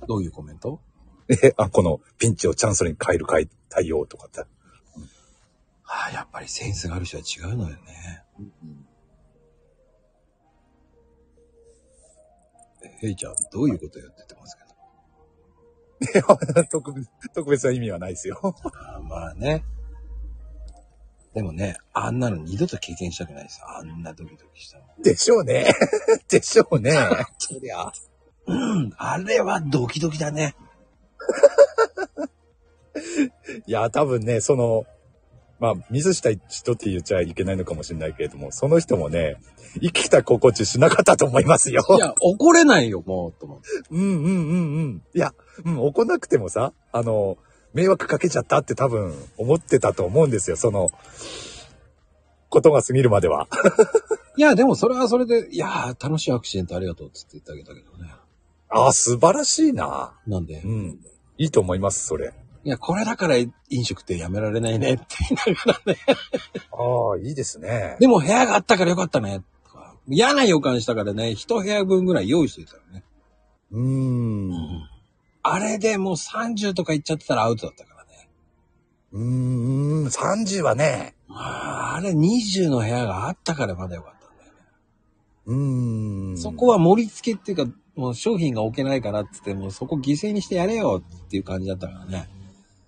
[SPEAKER 1] どういうコメント
[SPEAKER 2] え、あ、このピンチをチャンスに変える変え対応とかって。
[SPEAKER 1] ああ、やっぱりセンスがある人は違うのよね。ヘイちゃん、どういうことやっててますけど。
[SPEAKER 2] 特別、特別な意味はないですよ。
[SPEAKER 1] ああまあね。でもね、あんなの二度と経験したくないです。あんなドキドキしたの。
[SPEAKER 2] でしょうね。 でしょうね。
[SPEAKER 1] そりゃ。うん、あれはドキドキだね。
[SPEAKER 2] いや、多分ね、その、まあ、ミスした人って言っちゃいけないのかもしれないけれども、その人もね、生きた心地しなかったと思いますよ。
[SPEAKER 1] いや、怒れないよ、もう、と思って。
[SPEAKER 2] うんうんうんうん。いや、うん、怒んなくてもさ、あの、迷惑かけちゃったって多分思ってたと思うんですよ、その、ことが過ぎるまでは。
[SPEAKER 1] いや、でもそれはそれで、いやー、楽しいアクシデントありがとうっつって言ってあげたけどね。
[SPEAKER 2] ああ、素晴らしいな。
[SPEAKER 1] なんで、
[SPEAKER 2] う
[SPEAKER 1] い
[SPEAKER 2] ん。いいと思います、それ。
[SPEAKER 1] や、これだから飲食ってやめられないねって言いながらね。
[SPEAKER 2] ああ、いいですね。
[SPEAKER 1] でも部屋があったからよかったね、とか。嫌な予感したからね、一部屋分ぐらい用意しといたらね。
[SPEAKER 2] うーん。
[SPEAKER 1] あれでもう30とか行っちゃってたらアウトだったからね。
[SPEAKER 2] うーん、30はね、
[SPEAKER 1] まあ、あれ20の部屋があったからまだよかったんだよね。
[SPEAKER 2] うーん。
[SPEAKER 1] そこは盛り付けっていうか、もう商品が置けないからってって、もうそこ犠牲にしてやれよっていう感じだったからね。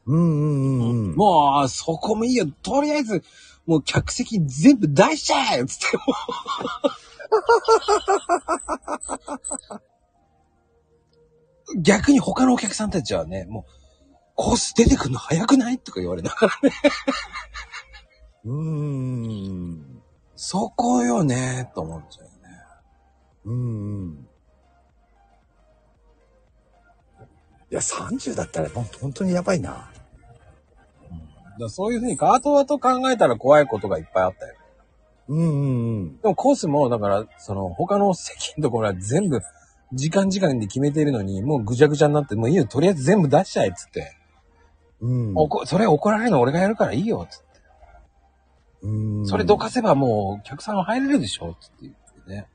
[SPEAKER 2] うんうんうんうん。
[SPEAKER 1] もう、そこもいいよ。とりあえず、もう客席全部出しちゃえっつって、もう。逆に他のお客さんたちはね、もう、コース出てくるの早くないとか言われながらね。
[SPEAKER 2] うーん。
[SPEAKER 1] そこよね、と思っちゃうよね。
[SPEAKER 2] うんうん。いや、30だったらもう本当にやばいな。
[SPEAKER 1] だからそういうふうに後々考えたら怖いことがいっぱいあったよ。
[SPEAKER 2] うんうんうん。
[SPEAKER 1] でもコースも、だから、その、他の席のところは全部、時間時間で決めているのに、もうぐちゃぐちゃになって、もういいよ、とりあえず全部出しちゃえ、っつって。
[SPEAKER 2] うん。
[SPEAKER 1] おこそれ怒られるの俺がやるからいいよ、つって。
[SPEAKER 2] うん
[SPEAKER 1] それどかせばもうお客さんは入れるでしょ、つって言ってね。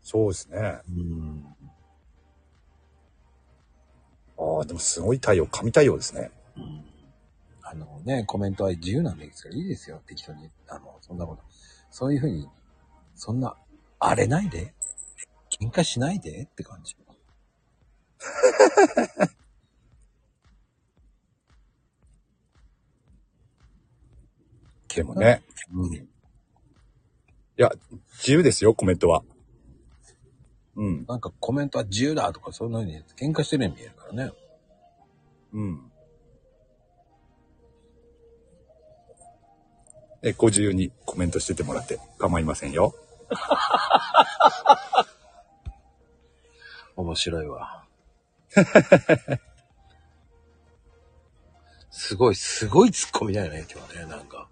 [SPEAKER 2] そうですね。
[SPEAKER 1] うん。
[SPEAKER 2] ああ、でもすごい対応、神対応ですね。
[SPEAKER 1] あのね、コメントは自由なんですからいいですよ、適当に。あの、そんなこと。そういうふうに、そんな、荒れないで、喧嘩しないでって感じ。
[SPEAKER 2] でもね、
[SPEAKER 1] うん。
[SPEAKER 2] 自由ですよ、コメントは。うん、
[SPEAKER 1] なんかコメントは自由だとか、そんなふうに喧嘩してるように見えるからね。
[SPEAKER 2] うん。え、ご自由にコメントしててもらって構いませんよ。
[SPEAKER 1] 面白いわ。 すごい、すごい突っ込みだよね、今日はね、なんか。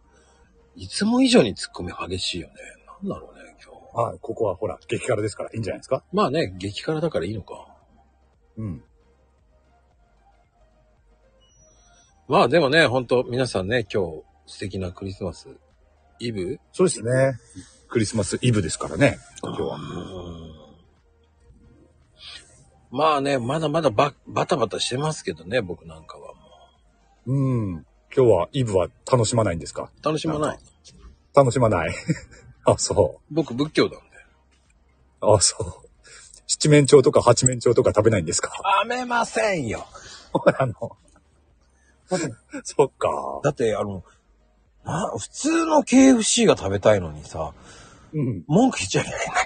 [SPEAKER 1] いつも以上に突っ込み激しいよね。なんだろうね、今日。
[SPEAKER 2] はい、ここはほら、激辛ですからいいんじゃないですか
[SPEAKER 1] まあね、激辛だからいいのか。
[SPEAKER 2] うん。
[SPEAKER 1] まあでもね、ほんと、皆さんね、今日、素敵なクリスマス、イブ
[SPEAKER 2] そうですね。クリスマスイブですからね、今日は。
[SPEAKER 1] まあね、まだまだババタバタしてますけどね、僕なんかはも
[SPEAKER 2] うん。今日はイブは楽しまないんですか
[SPEAKER 1] う。楽しまない。
[SPEAKER 2] 楽しまない。 あ、そ
[SPEAKER 1] 僕仏教なんで。
[SPEAKER 2] う。あ、そう。七面鳥とか八面鳥とか食べないんですか
[SPEAKER 1] あめませんよ
[SPEAKER 2] あの、そっか。
[SPEAKER 1] だって、あの、な普通の KFC が食べたいのにさ、
[SPEAKER 2] うん。
[SPEAKER 1] 文句言っちゃいけないんだ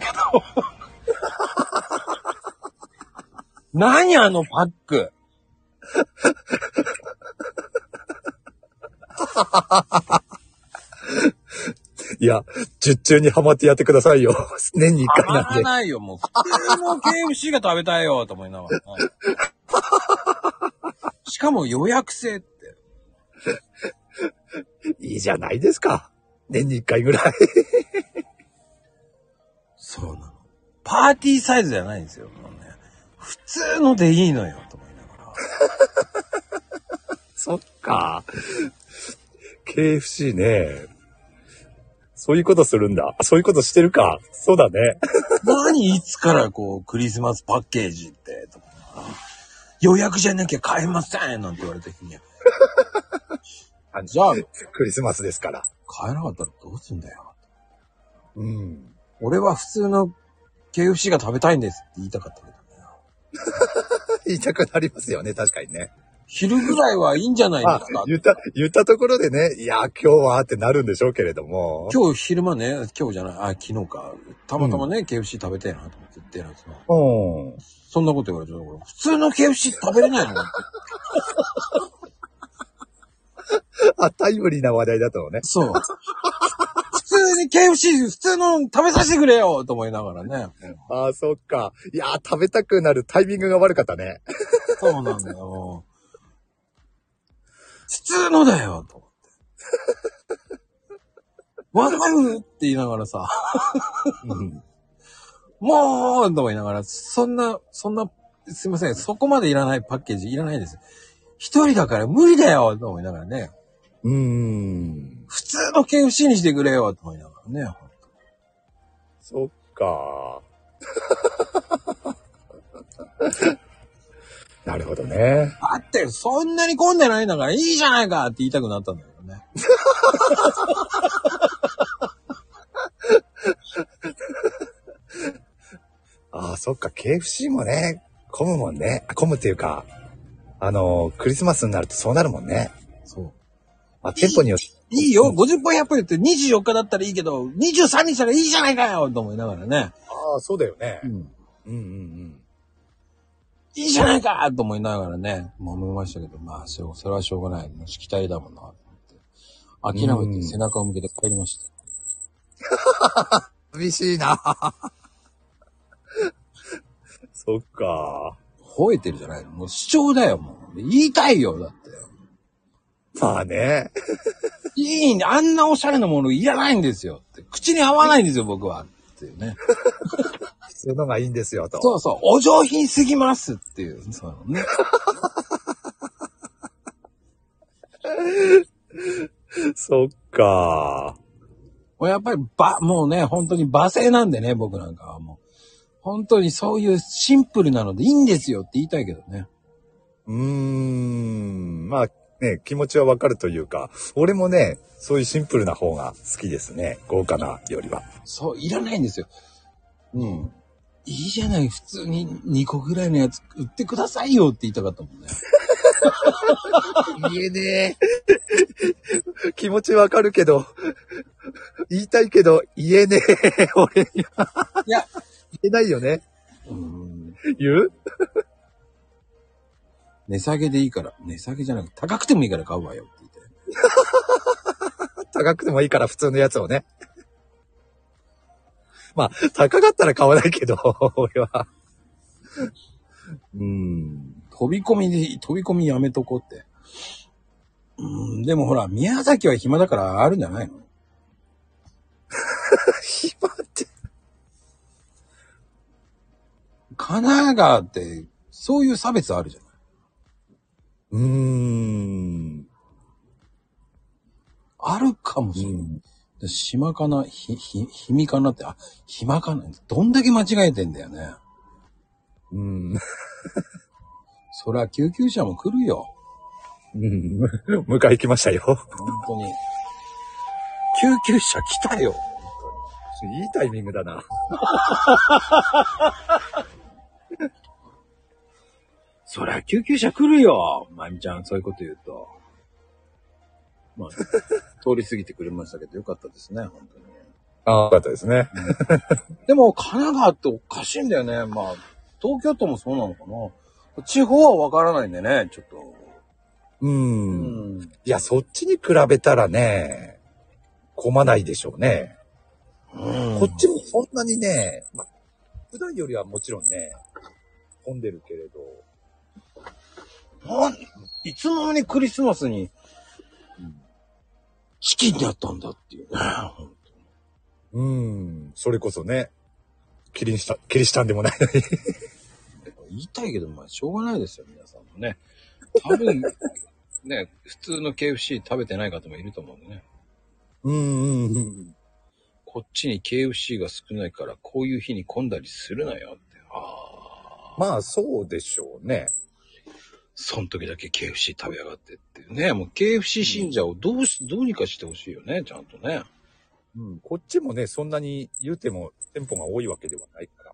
[SPEAKER 1] けど。 何あのパック。
[SPEAKER 2] いや、術中にハマってやってくださいよ。 年に一回
[SPEAKER 1] たま
[SPEAKER 2] なん
[SPEAKER 1] ら
[SPEAKER 2] で。
[SPEAKER 1] ないよ、もう。普通の KFC が食べたいよ、と思いなが ら。しかも予約制って。
[SPEAKER 2] いいじゃないですか。年に一回ぐらい。
[SPEAKER 1] そうなの。パーティーサイズじゃないんですよ、もうね。普通のでいいのよ、と思いながら。
[SPEAKER 2] そっか。KFC ね。そういうことするんだ。そういうことしてるか。そうだね。
[SPEAKER 1] 何いつからこう、クリスマスパッケージって、とか。予約じゃなきゃ買えませんなんて言われた日に。じゃあ、
[SPEAKER 2] クリスマスですから。
[SPEAKER 1] 買えなかったらどうすんだよ。
[SPEAKER 2] うん。
[SPEAKER 1] 俺は普通の KFC が食べたいんですって言いたかったけどね。
[SPEAKER 2] 言いたくなりますよね、確かにね。
[SPEAKER 1] 昼ぐらいはいいんじゃない
[SPEAKER 2] まあ
[SPEAKER 1] ですか、
[SPEAKER 2] 言った、言ったところでね、いや、今日はってなるんでしょうけれども。
[SPEAKER 1] 今日昼間ね、今日じゃない、あ、昨日か。たまたまね、KFC 食べたいなと思って言ってるんですよ
[SPEAKER 2] うん。
[SPEAKER 1] そんなこと言われて俺普通の KFC 食べれないの
[SPEAKER 2] あ、タイムリーな話題だったのね。
[SPEAKER 1] そう。普通に KFC、普通の食べさせてくれよと思いながらね。
[SPEAKER 2] ああ、そっか。いやー、食べたくなるタイミングが悪かったね。
[SPEAKER 1] そうなんだよ。普通のだよと思って。わかるって言いながらさ、もうと思いながら、そんな、そんな、すいません、そこまでいらないパッケージいらないです。一人だから無理だよと思いながらね。
[SPEAKER 2] うーん。
[SPEAKER 1] 普通の KFC にしてくれよと思いながらね。
[SPEAKER 2] そっか。 なるほどね。
[SPEAKER 1] だって、そんなに混んでないんだからいいじゃないかって言いたくなったんだけどね。
[SPEAKER 2] ああ、そっか、KFC もね、混むもんね。あ混むっていうか、あのークリスマスになるとそうなるもんね。
[SPEAKER 1] そう。
[SPEAKER 2] まあ、店舗によって、
[SPEAKER 1] いいよ、50分100分言って24日だったらいいけど、23日ならいいじゃないかよと思いながらね。
[SPEAKER 2] ああ、そうだよね
[SPEAKER 1] ん。
[SPEAKER 2] うんうんうん。
[SPEAKER 1] いいじゃないかと思いながらね、揉めましたけど、まあ、そうそれはしょうがない。もうしきたりだもんな。と思って諦め
[SPEAKER 2] う
[SPEAKER 1] て
[SPEAKER 2] ん
[SPEAKER 1] 背中を向けて帰りました。
[SPEAKER 2] 寂しいな。 そっか。
[SPEAKER 1] 吠えてるじゃないの。もう主張だよ、もう。言いたいよ、だって。
[SPEAKER 2] まあね。
[SPEAKER 1] いいんで、あんなおしゃれなものいらないんですよって。口に合わないんですよ、僕は。っていうね。
[SPEAKER 2] 普通のがいいんですよ、と。
[SPEAKER 1] そうそう、お上品すぎますっていう。そうなのね。
[SPEAKER 2] そっか。
[SPEAKER 1] もうやっぱりば、もうね、本当に罵声なんでね、僕なんかはもう。本当にそういうシンプルなのでいいんですよって言いたいけどね。
[SPEAKER 2] うーん。まあね、気持ちはわかるというか、俺もね、そういうシンプルな方が好きですね。豪華なよりは。
[SPEAKER 1] そう、いらないんですよ。
[SPEAKER 2] うん。
[SPEAKER 1] いいじゃない、普通に2個ぐらいのやつ売ってくださいよって言いたかったもんね。
[SPEAKER 2] 言えねえ。気持ちわかるけど、言いたいけど言えねえ。 俺には。
[SPEAKER 1] いや、
[SPEAKER 2] 言えないよね。
[SPEAKER 1] うん。
[SPEAKER 2] 言う
[SPEAKER 1] 値下げでいいから、値下げじゃなくて高くてもいいから買うわよって言って。
[SPEAKER 2] 高くてもいいから普通のやつをね。まあ、高かったら買わないけど、 俺は。うん。
[SPEAKER 1] 飛び込みで、飛び込みやめとこうって。うん、でもほら、宮崎は暇だからあるんじゃないの
[SPEAKER 2] 暇って。
[SPEAKER 1] 神奈川って、そういう差別あるじゃない
[SPEAKER 2] うん。うん
[SPEAKER 1] あるかもしれない。で島かな、ひ、ひ、ひみかなって、あ、暇かな。どんだけ間違えてんだよね。
[SPEAKER 2] うん。
[SPEAKER 1] そりゃ救急車も来るよ。
[SPEAKER 2] うん。迎え行きましたよ。
[SPEAKER 1] 本当に。救急車来たよ。
[SPEAKER 2] いいタイミングだな。
[SPEAKER 1] そりゃ救急車来るよ。まゆみちゃん、そういうこと言うと。まあ、 通り過ぎてくれましたけど、よかったですね、本当に。
[SPEAKER 2] ああ、よかったですね。
[SPEAKER 1] でも、神奈川っておかしいんだよね。まあ、東京都もそうなのかな。地方はわからないんでね、ちょっと。
[SPEAKER 2] うん
[SPEAKER 1] う。ん。
[SPEAKER 2] いや、そっちに比べたらね、混まないでしょうね。こっちもそんなにね、ま普段よりはもちろんね、混んでるけれど、
[SPEAKER 1] なんいつの間にクリスマスに、チキンだったんだっていうね。
[SPEAKER 2] うん、それこそね、キリンした、キリシタンでもないのに。
[SPEAKER 1] 言いたいけど、まあ、しょうがないですよ、皆さんもね。多分、ね、普通の KFC 食べてない方もいると思うんでね。
[SPEAKER 2] うん、うん、うん。
[SPEAKER 1] こっちに KFC が少ないから、こういう日に混んだりするなよって。ああ。
[SPEAKER 2] まあ、そうでしょうね。
[SPEAKER 1] そん時だけ KFC 食べやがってっていうね。もう KFC 信者をどうし、どうにかしてほしいよね、ちゃんとね。
[SPEAKER 2] うん、こっちもね、そんなに言うても店舗が多いわけではないから。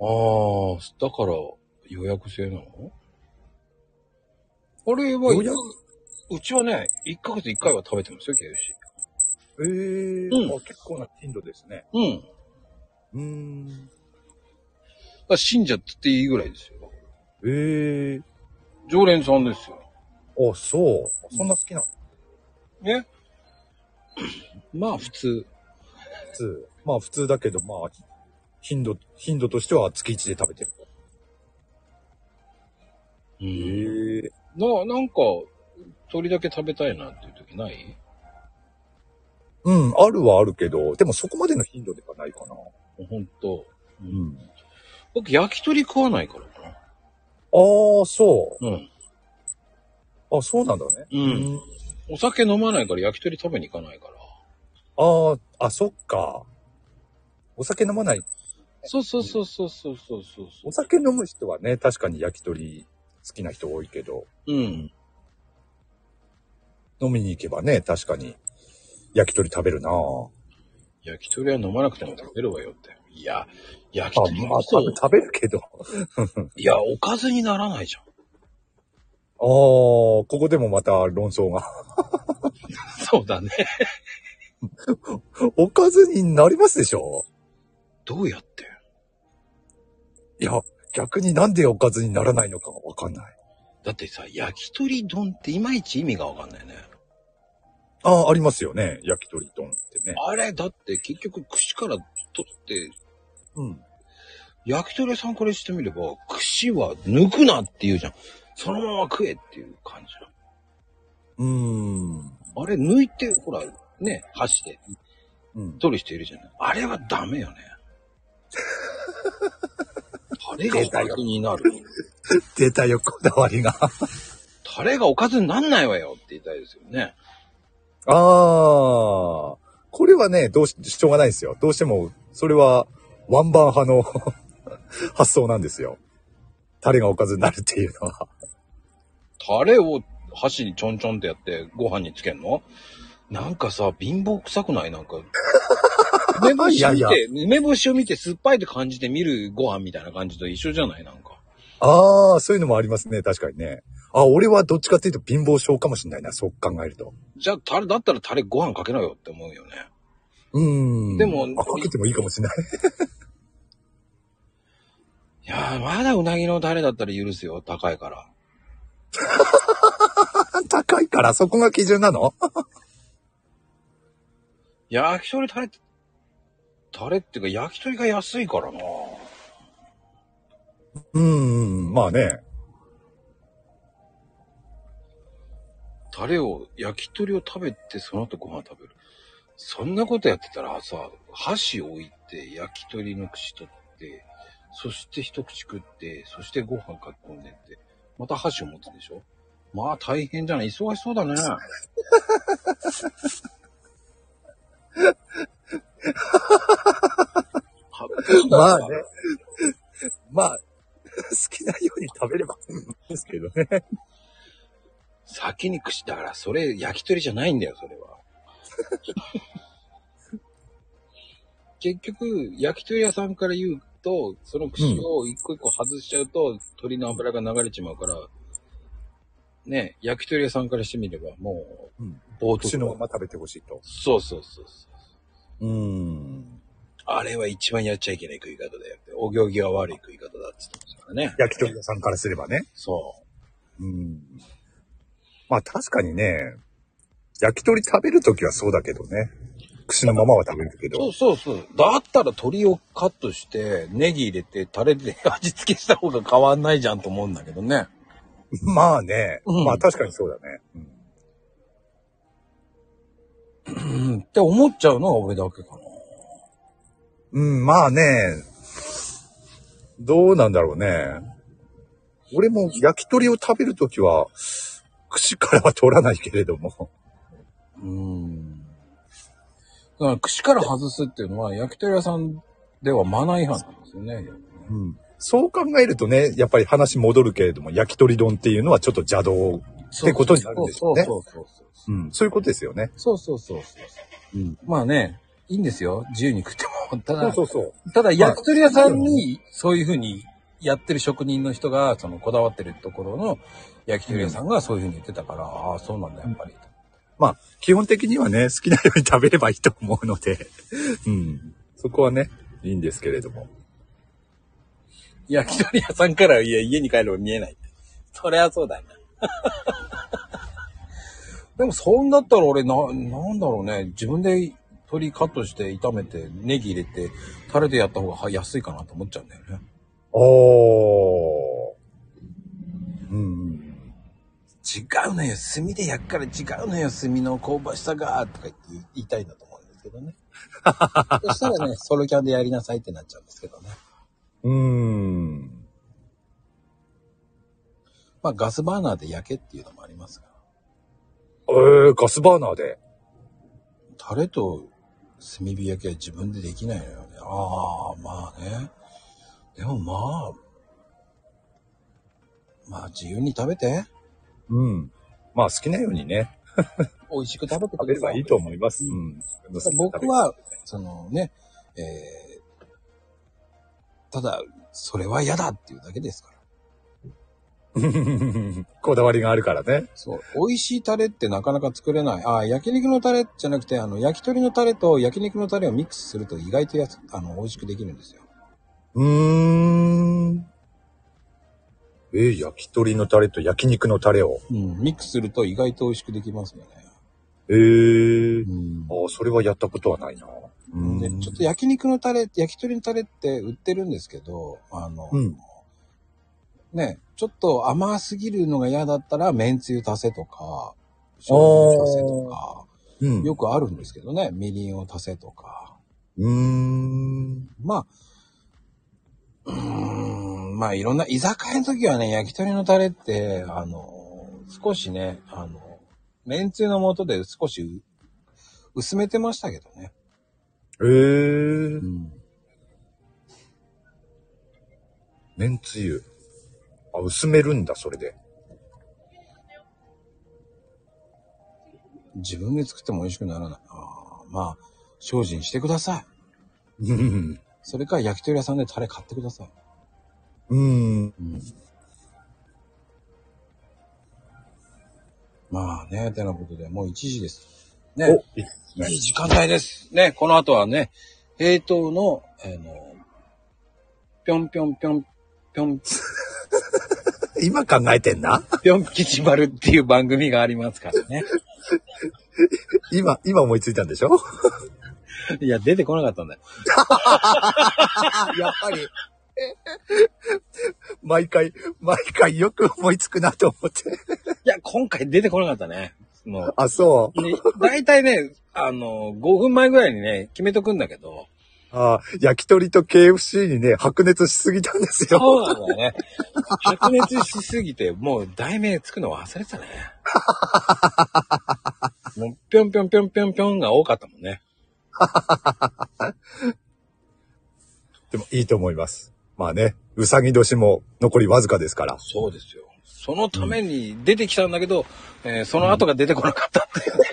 [SPEAKER 1] ああ、だから予約制なのあれは、
[SPEAKER 2] 予約
[SPEAKER 1] うちはね、1ヶ月1回は食べてますよ、KFC。
[SPEAKER 2] ええ
[SPEAKER 1] うん
[SPEAKER 2] あ結構な頻度ですね。
[SPEAKER 1] うん。だか
[SPEAKER 2] うん。
[SPEAKER 1] ら信者って言っていいぐらいですよ。
[SPEAKER 2] ええ
[SPEAKER 1] 常連さんですよ。
[SPEAKER 2] あ、そう。そんな好きなの
[SPEAKER 1] ね。まあ普通。
[SPEAKER 2] 普通。まあ普通だけど、まあ、頻度、頻度としては月1で食べてる。
[SPEAKER 1] うん。
[SPEAKER 2] へえ。
[SPEAKER 1] な、なんか、鳥だけ食べたいなっていう時ない
[SPEAKER 2] うん、あるはあるけど、でもそこまでの頻度ではないかな。
[SPEAKER 1] ほんと。う。
[SPEAKER 2] うんん。
[SPEAKER 1] 僕焼き鳥食わないからか
[SPEAKER 2] ああ、そ
[SPEAKER 1] な。うん。
[SPEAKER 2] う。あ、そうなんだね。
[SPEAKER 1] う。
[SPEAKER 2] うん
[SPEAKER 1] お酒飲まないから焼き鳥食べに行かないから。
[SPEAKER 2] ああ、あ、そっか。お酒飲まない。
[SPEAKER 1] そうそうそうそうそうそうそう
[SPEAKER 2] お酒飲む人はね、確かに焼き鳥好きな人多いけど、
[SPEAKER 1] うん。
[SPEAKER 2] 飲みに行けばね、確かに焼き鳥食べるなぁ。
[SPEAKER 1] 焼き鳥は飲まなくても食べるわよって。いや、焼き
[SPEAKER 2] あ、
[SPEAKER 1] 鳥
[SPEAKER 2] まあ
[SPEAKER 1] こそ
[SPEAKER 2] 食べ、食べるけど。
[SPEAKER 1] いや、おかずにならないじゃん。
[SPEAKER 2] ああ、ここでもまた論争が。
[SPEAKER 1] そうだね。
[SPEAKER 2] おかずになりますでしょ
[SPEAKER 1] どうやって
[SPEAKER 2] いや、逆になんでおかずにならないのかがわかんない。
[SPEAKER 1] だってさ、焼き鳥丼っていまいち意味がわかんないね。
[SPEAKER 2] ああ、ありますよね。焼き鳥丼ってね。
[SPEAKER 1] あれ、だって結局串から取って、
[SPEAKER 2] うん。
[SPEAKER 1] 焼き鳥屋さんからしてみれば、串は抜くなって言うじゃん。そのまま食えっていう感じな
[SPEAKER 2] うーん。
[SPEAKER 1] のあれ、抜いて、ほら、ね、箸で
[SPEAKER 2] うん。
[SPEAKER 1] 取る人いるじゃない。あれはダメよ ね。タレがお
[SPEAKER 2] 出た
[SPEAKER 1] か
[SPEAKER 2] よ
[SPEAKER 1] ずになる。
[SPEAKER 2] 出たよ、こだわりが。
[SPEAKER 1] タレがおかずになんないわよって言いたいですよね。
[SPEAKER 2] ああ、これはね、どうし、しょうがないですよ。どうしても、それは、ワンバン派の 発想なんですよ。タレがおかずになるっていうのは。
[SPEAKER 1] タレを箸にちょんちょんってやってご飯につけんのなんかさ、貧乏臭くないなん か。梅干
[SPEAKER 2] い
[SPEAKER 1] しを
[SPEAKER 2] や
[SPEAKER 1] 見て
[SPEAKER 2] いや
[SPEAKER 1] 梅干しを見て酸っぱいって感じて見るご飯みたいな感じと一緒じゃないなんか。
[SPEAKER 2] ああ、そういうのもありますね。確かにね。あ、俺はどっちかっていうと貧乏症かもしんないな。そう考えると。
[SPEAKER 1] じゃあ、タレ、だったらタレご飯かけなよって思うよね。
[SPEAKER 2] うーん。
[SPEAKER 1] でも
[SPEAKER 2] あ、かけてもいいかもしんない。
[SPEAKER 1] いやー、まだうなぎのタレだったら許すよ。高いから。
[SPEAKER 2] 高いから、そこが基準なの
[SPEAKER 1] 焼き鳥タレ、タレっていうか焼き鳥が安いからな。
[SPEAKER 2] うーん、まあね。
[SPEAKER 1] タレを、焼き鳥を食べて、その後ご飯食べる。そんなことやってたらさ、箸置いて、焼き鳥の串取って、そして一口食って、そしてご飯かき込んでって、また箸を持つでしょまあ大変じゃない忙しそうだね。
[SPEAKER 2] まあね。まあ、 好きなように食べればいいんですけどね。
[SPEAKER 1] 先に串、だからそれ焼き鳥じゃないんだよ、それ は。結局、焼き鳥屋さんから言うと、その串を一個一個外しちゃうと、鳥の油が流れちまうから、ね、焼き鳥屋さんからしてみれば、もう
[SPEAKER 2] うん、
[SPEAKER 1] 冒
[SPEAKER 2] 口
[SPEAKER 1] 頭、
[SPEAKER 2] のまま食べてほしいと。
[SPEAKER 1] そうそうそうそう。
[SPEAKER 2] うーん。
[SPEAKER 1] あれは一番やっちゃいけない食い方だよって、お行儀が悪い食い方だって言ってましたからね。
[SPEAKER 2] 焼き鳥屋さんからすればね。
[SPEAKER 1] そう。
[SPEAKER 2] うん。まあ確かにね、焼き鳥食べるときはそうだけどね。串のままは食べるけ
[SPEAKER 1] そ
[SPEAKER 2] ど
[SPEAKER 1] う。そうそう。だったら鶏をカットして、ネギ入れて、タレで味付けした方が変わんないじゃんと思うんだけどね。
[SPEAKER 2] まあね、
[SPEAKER 1] うん
[SPEAKER 2] まあ確かにそうだね。うん
[SPEAKER 1] うん。って思っちゃうのは俺だけかな。
[SPEAKER 2] うん、まあね、どうなんだろうね。俺も焼き鳥を食べるときは、串からは取らないけれども。
[SPEAKER 1] うん。だから串から外すっていうのは、焼き鳥屋さんではマナー違反なんですよね。
[SPEAKER 2] うん、そう考えるとね、やっぱり話戻るけれども、焼き鳥丼っていうのはちょっと邪道。
[SPEAKER 1] そう
[SPEAKER 2] ってことになるんですよね
[SPEAKER 1] そうそうそうそう。
[SPEAKER 2] うん、そういうことですよね。
[SPEAKER 1] そうそうそうそう。
[SPEAKER 2] うん
[SPEAKER 1] まあね、いいんですよ。自由に食っても。ただ、
[SPEAKER 2] そうそう。
[SPEAKER 1] ただ焼き鳥屋さんに、そういうふうにやってる職人の人が、そのこだわってるところの焼き鳥屋さんがそういうふうに言ってたから、ああ、そうなんだ、やっぱり。
[SPEAKER 2] 基本的にはね、好きなように食べればいいと思うので、うん、そこはね、いいんですけれども。
[SPEAKER 1] 焼き鳥屋さんから、いや、家に帰れば見えないって。そりゃそうだな。でも、そんだったら俺、な、なんだろうね。自分で鶏カットして炒めて、ネギ入れて、タレでやった方がは安いかなと思っちゃうんだよね。
[SPEAKER 2] おー。うん。
[SPEAKER 1] 違うのよ、炭で焼くから違うのよ、炭の香ばしさが、とか言って言いたいんだと思うんですけど ね。そしたらね、ソロキャンでやりなさいってなっちゃうんですけどね。
[SPEAKER 2] うーん。
[SPEAKER 1] まあ、ガスバーナーで焼けっていうのもありますが。
[SPEAKER 2] えー、ガスバーナーで。
[SPEAKER 1] タレと炭火焼きは自分でできないのよね。ああ、まあね。でもまあ、まあ自由に食べて、
[SPEAKER 2] うん。まあ、好きなようにね、
[SPEAKER 1] 美味しく食べて
[SPEAKER 2] 食べればいいと思います。うん。
[SPEAKER 1] 僕は、そのね、えーただ、それは嫌だっていうだけですから。
[SPEAKER 2] うん、 こだわりがあるからね。
[SPEAKER 1] そう。美味しいタレってなかなか作れない。ああ、焼肉のタレじゃなくて、あの、焼き鳥のタレと焼肉のタレをミックスすると意外とやつ、あの、美味しくできるんですよ。
[SPEAKER 2] うーん。えー焼き鳥のタレと焼肉のタレを。
[SPEAKER 1] うん。ミックスすると意外と美味しくできますよね。
[SPEAKER 2] えー。
[SPEAKER 1] うん
[SPEAKER 2] あ。ーそれはやったことはないな。うん
[SPEAKER 1] で、ちょっと焼肉のタレ、焼き鳥のタレって売ってるんですけど、あの、
[SPEAKER 2] うん
[SPEAKER 1] ね、ちょっと甘すぎるのが嫌だったら、めんつゆ足せとか、醤油足せとか、
[SPEAKER 2] うん。
[SPEAKER 1] よくあるんですけどね、みりんを足せとか。
[SPEAKER 2] うーん。
[SPEAKER 1] まあ、うーん、まあいろんな、居酒屋の時はね、焼き鳥のタレって、あの、少しね、あの、めんつゆの素で少し薄めてましたけどね。
[SPEAKER 2] えー
[SPEAKER 1] う。ん
[SPEAKER 2] めんつゆ。あ、薄めるんだ、それで。
[SPEAKER 1] 自分で作っても美味しくならない。あーまあ、精進してください。
[SPEAKER 2] うん。
[SPEAKER 1] それか焼き鳥屋さんでタレ買ってください。
[SPEAKER 2] うん。
[SPEAKER 1] まあね、てなことで、もう1時です。ね
[SPEAKER 2] お、、いいですね
[SPEAKER 1] いい時間帯です。ね、この後はね、平等の、あの、ぴょんぴょんぴょん、ぴょん、
[SPEAKER 2] 今考えてんな
[SPEAKER 1] ぴょん吉丸っていう番組がありますからね。
[SPEAKER 2] 今、今思いついたんでしょ
[SPEAKER 1] いや、出てこなかったんだよ。
[SPEAKER 2] やっぱり。毎回、毎回よく思いつくなと思って。
[SPEAKER 1] いや、今回出てこなかったね。も、
[SPEAKER 2] あ、そう
[SPEAKER 1] ね、大体ね、あの、5分前ぐらいにね、決めとくんだけど、
[SPEAKER 2] う。あ焼き鳥と KFC にね、白熱しすぎたんですよ。
[SPEAKER 1] そうなんだよね。白熱しすぎて、もう題名つくの忘れてた ね。もう、ぴょんぴょんぴょんぴょんぴょんが多かったもんね。
[SPEAKER 2] でもいいと思います。まあね、うさぎ年も残りわずかですから。
[SPEAKER 1] そうですよ。そのために出てきたんだけど、えーその後が出てこなかったっていうね。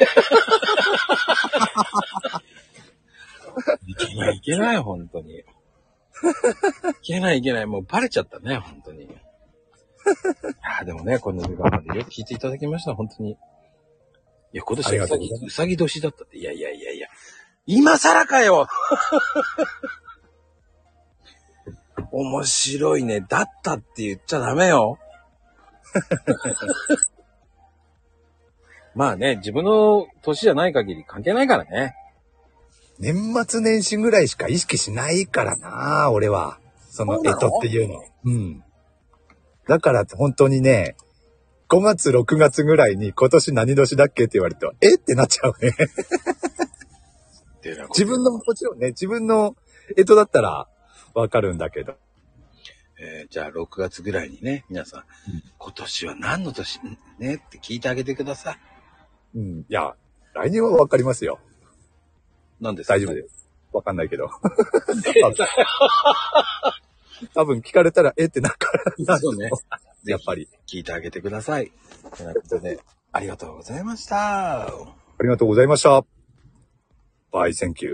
[SPEAKER 1] いけない、いけない、本当に。いけない、いけない。もうバレちゃったね、本 当に。あーでもね、この時間までよく聞いていただきました、本当に。いや、今
[SPEAKER 2] あ
[SPEAKER 1] 年
[SPEAKER 2] り
[SPEAKER 1] はうさ
[SPEAKER 2] がとうご
[SPEAKER 1] ぎ
[SPEAKER 2] ざいま
[SPEAKER 1] うさぎ年だったって。いやいやいやいや。今更か よ面白いね。だったって言っちゃダメ よ。まあね、自分の年じゃない限り関係ないからね。
[SPEAKER 2] 年末年始ぐらいしか意識しないからな、俺は。その、
[SPEAKER 1] そうな
[SPEAKER 2] え
[SPEAKER 1] の
[SPEAKER 2] とっていうの。うん。だから、本当にね、5月、6月ぐらいに今年何年だっけって言われて、えってなっちゃうね。自分の、もちろんね、自分のえとだったらわかるんだけど。
[SPEAKER 1] えーじゃあ6月ぐらいにね、皆さん、今年は何の年ねって聞いてあげてください。
[SPEAKER 2] うん。いや、来年はわかりますよ。
[SPEAKER 1] 何ですか
[SPEAKER 2] 大丈夫です。わかんな いけど。多分聞かれたら、えってなるから。
[SPEAKER 1] そうね。
[SPEAKER 2] やっぱり。
[SPEAKER 1] 聞いてあげてください。ということで、ありがとうございました。
[SPEAKER 2] ありがとうございました。バイ、センキュー。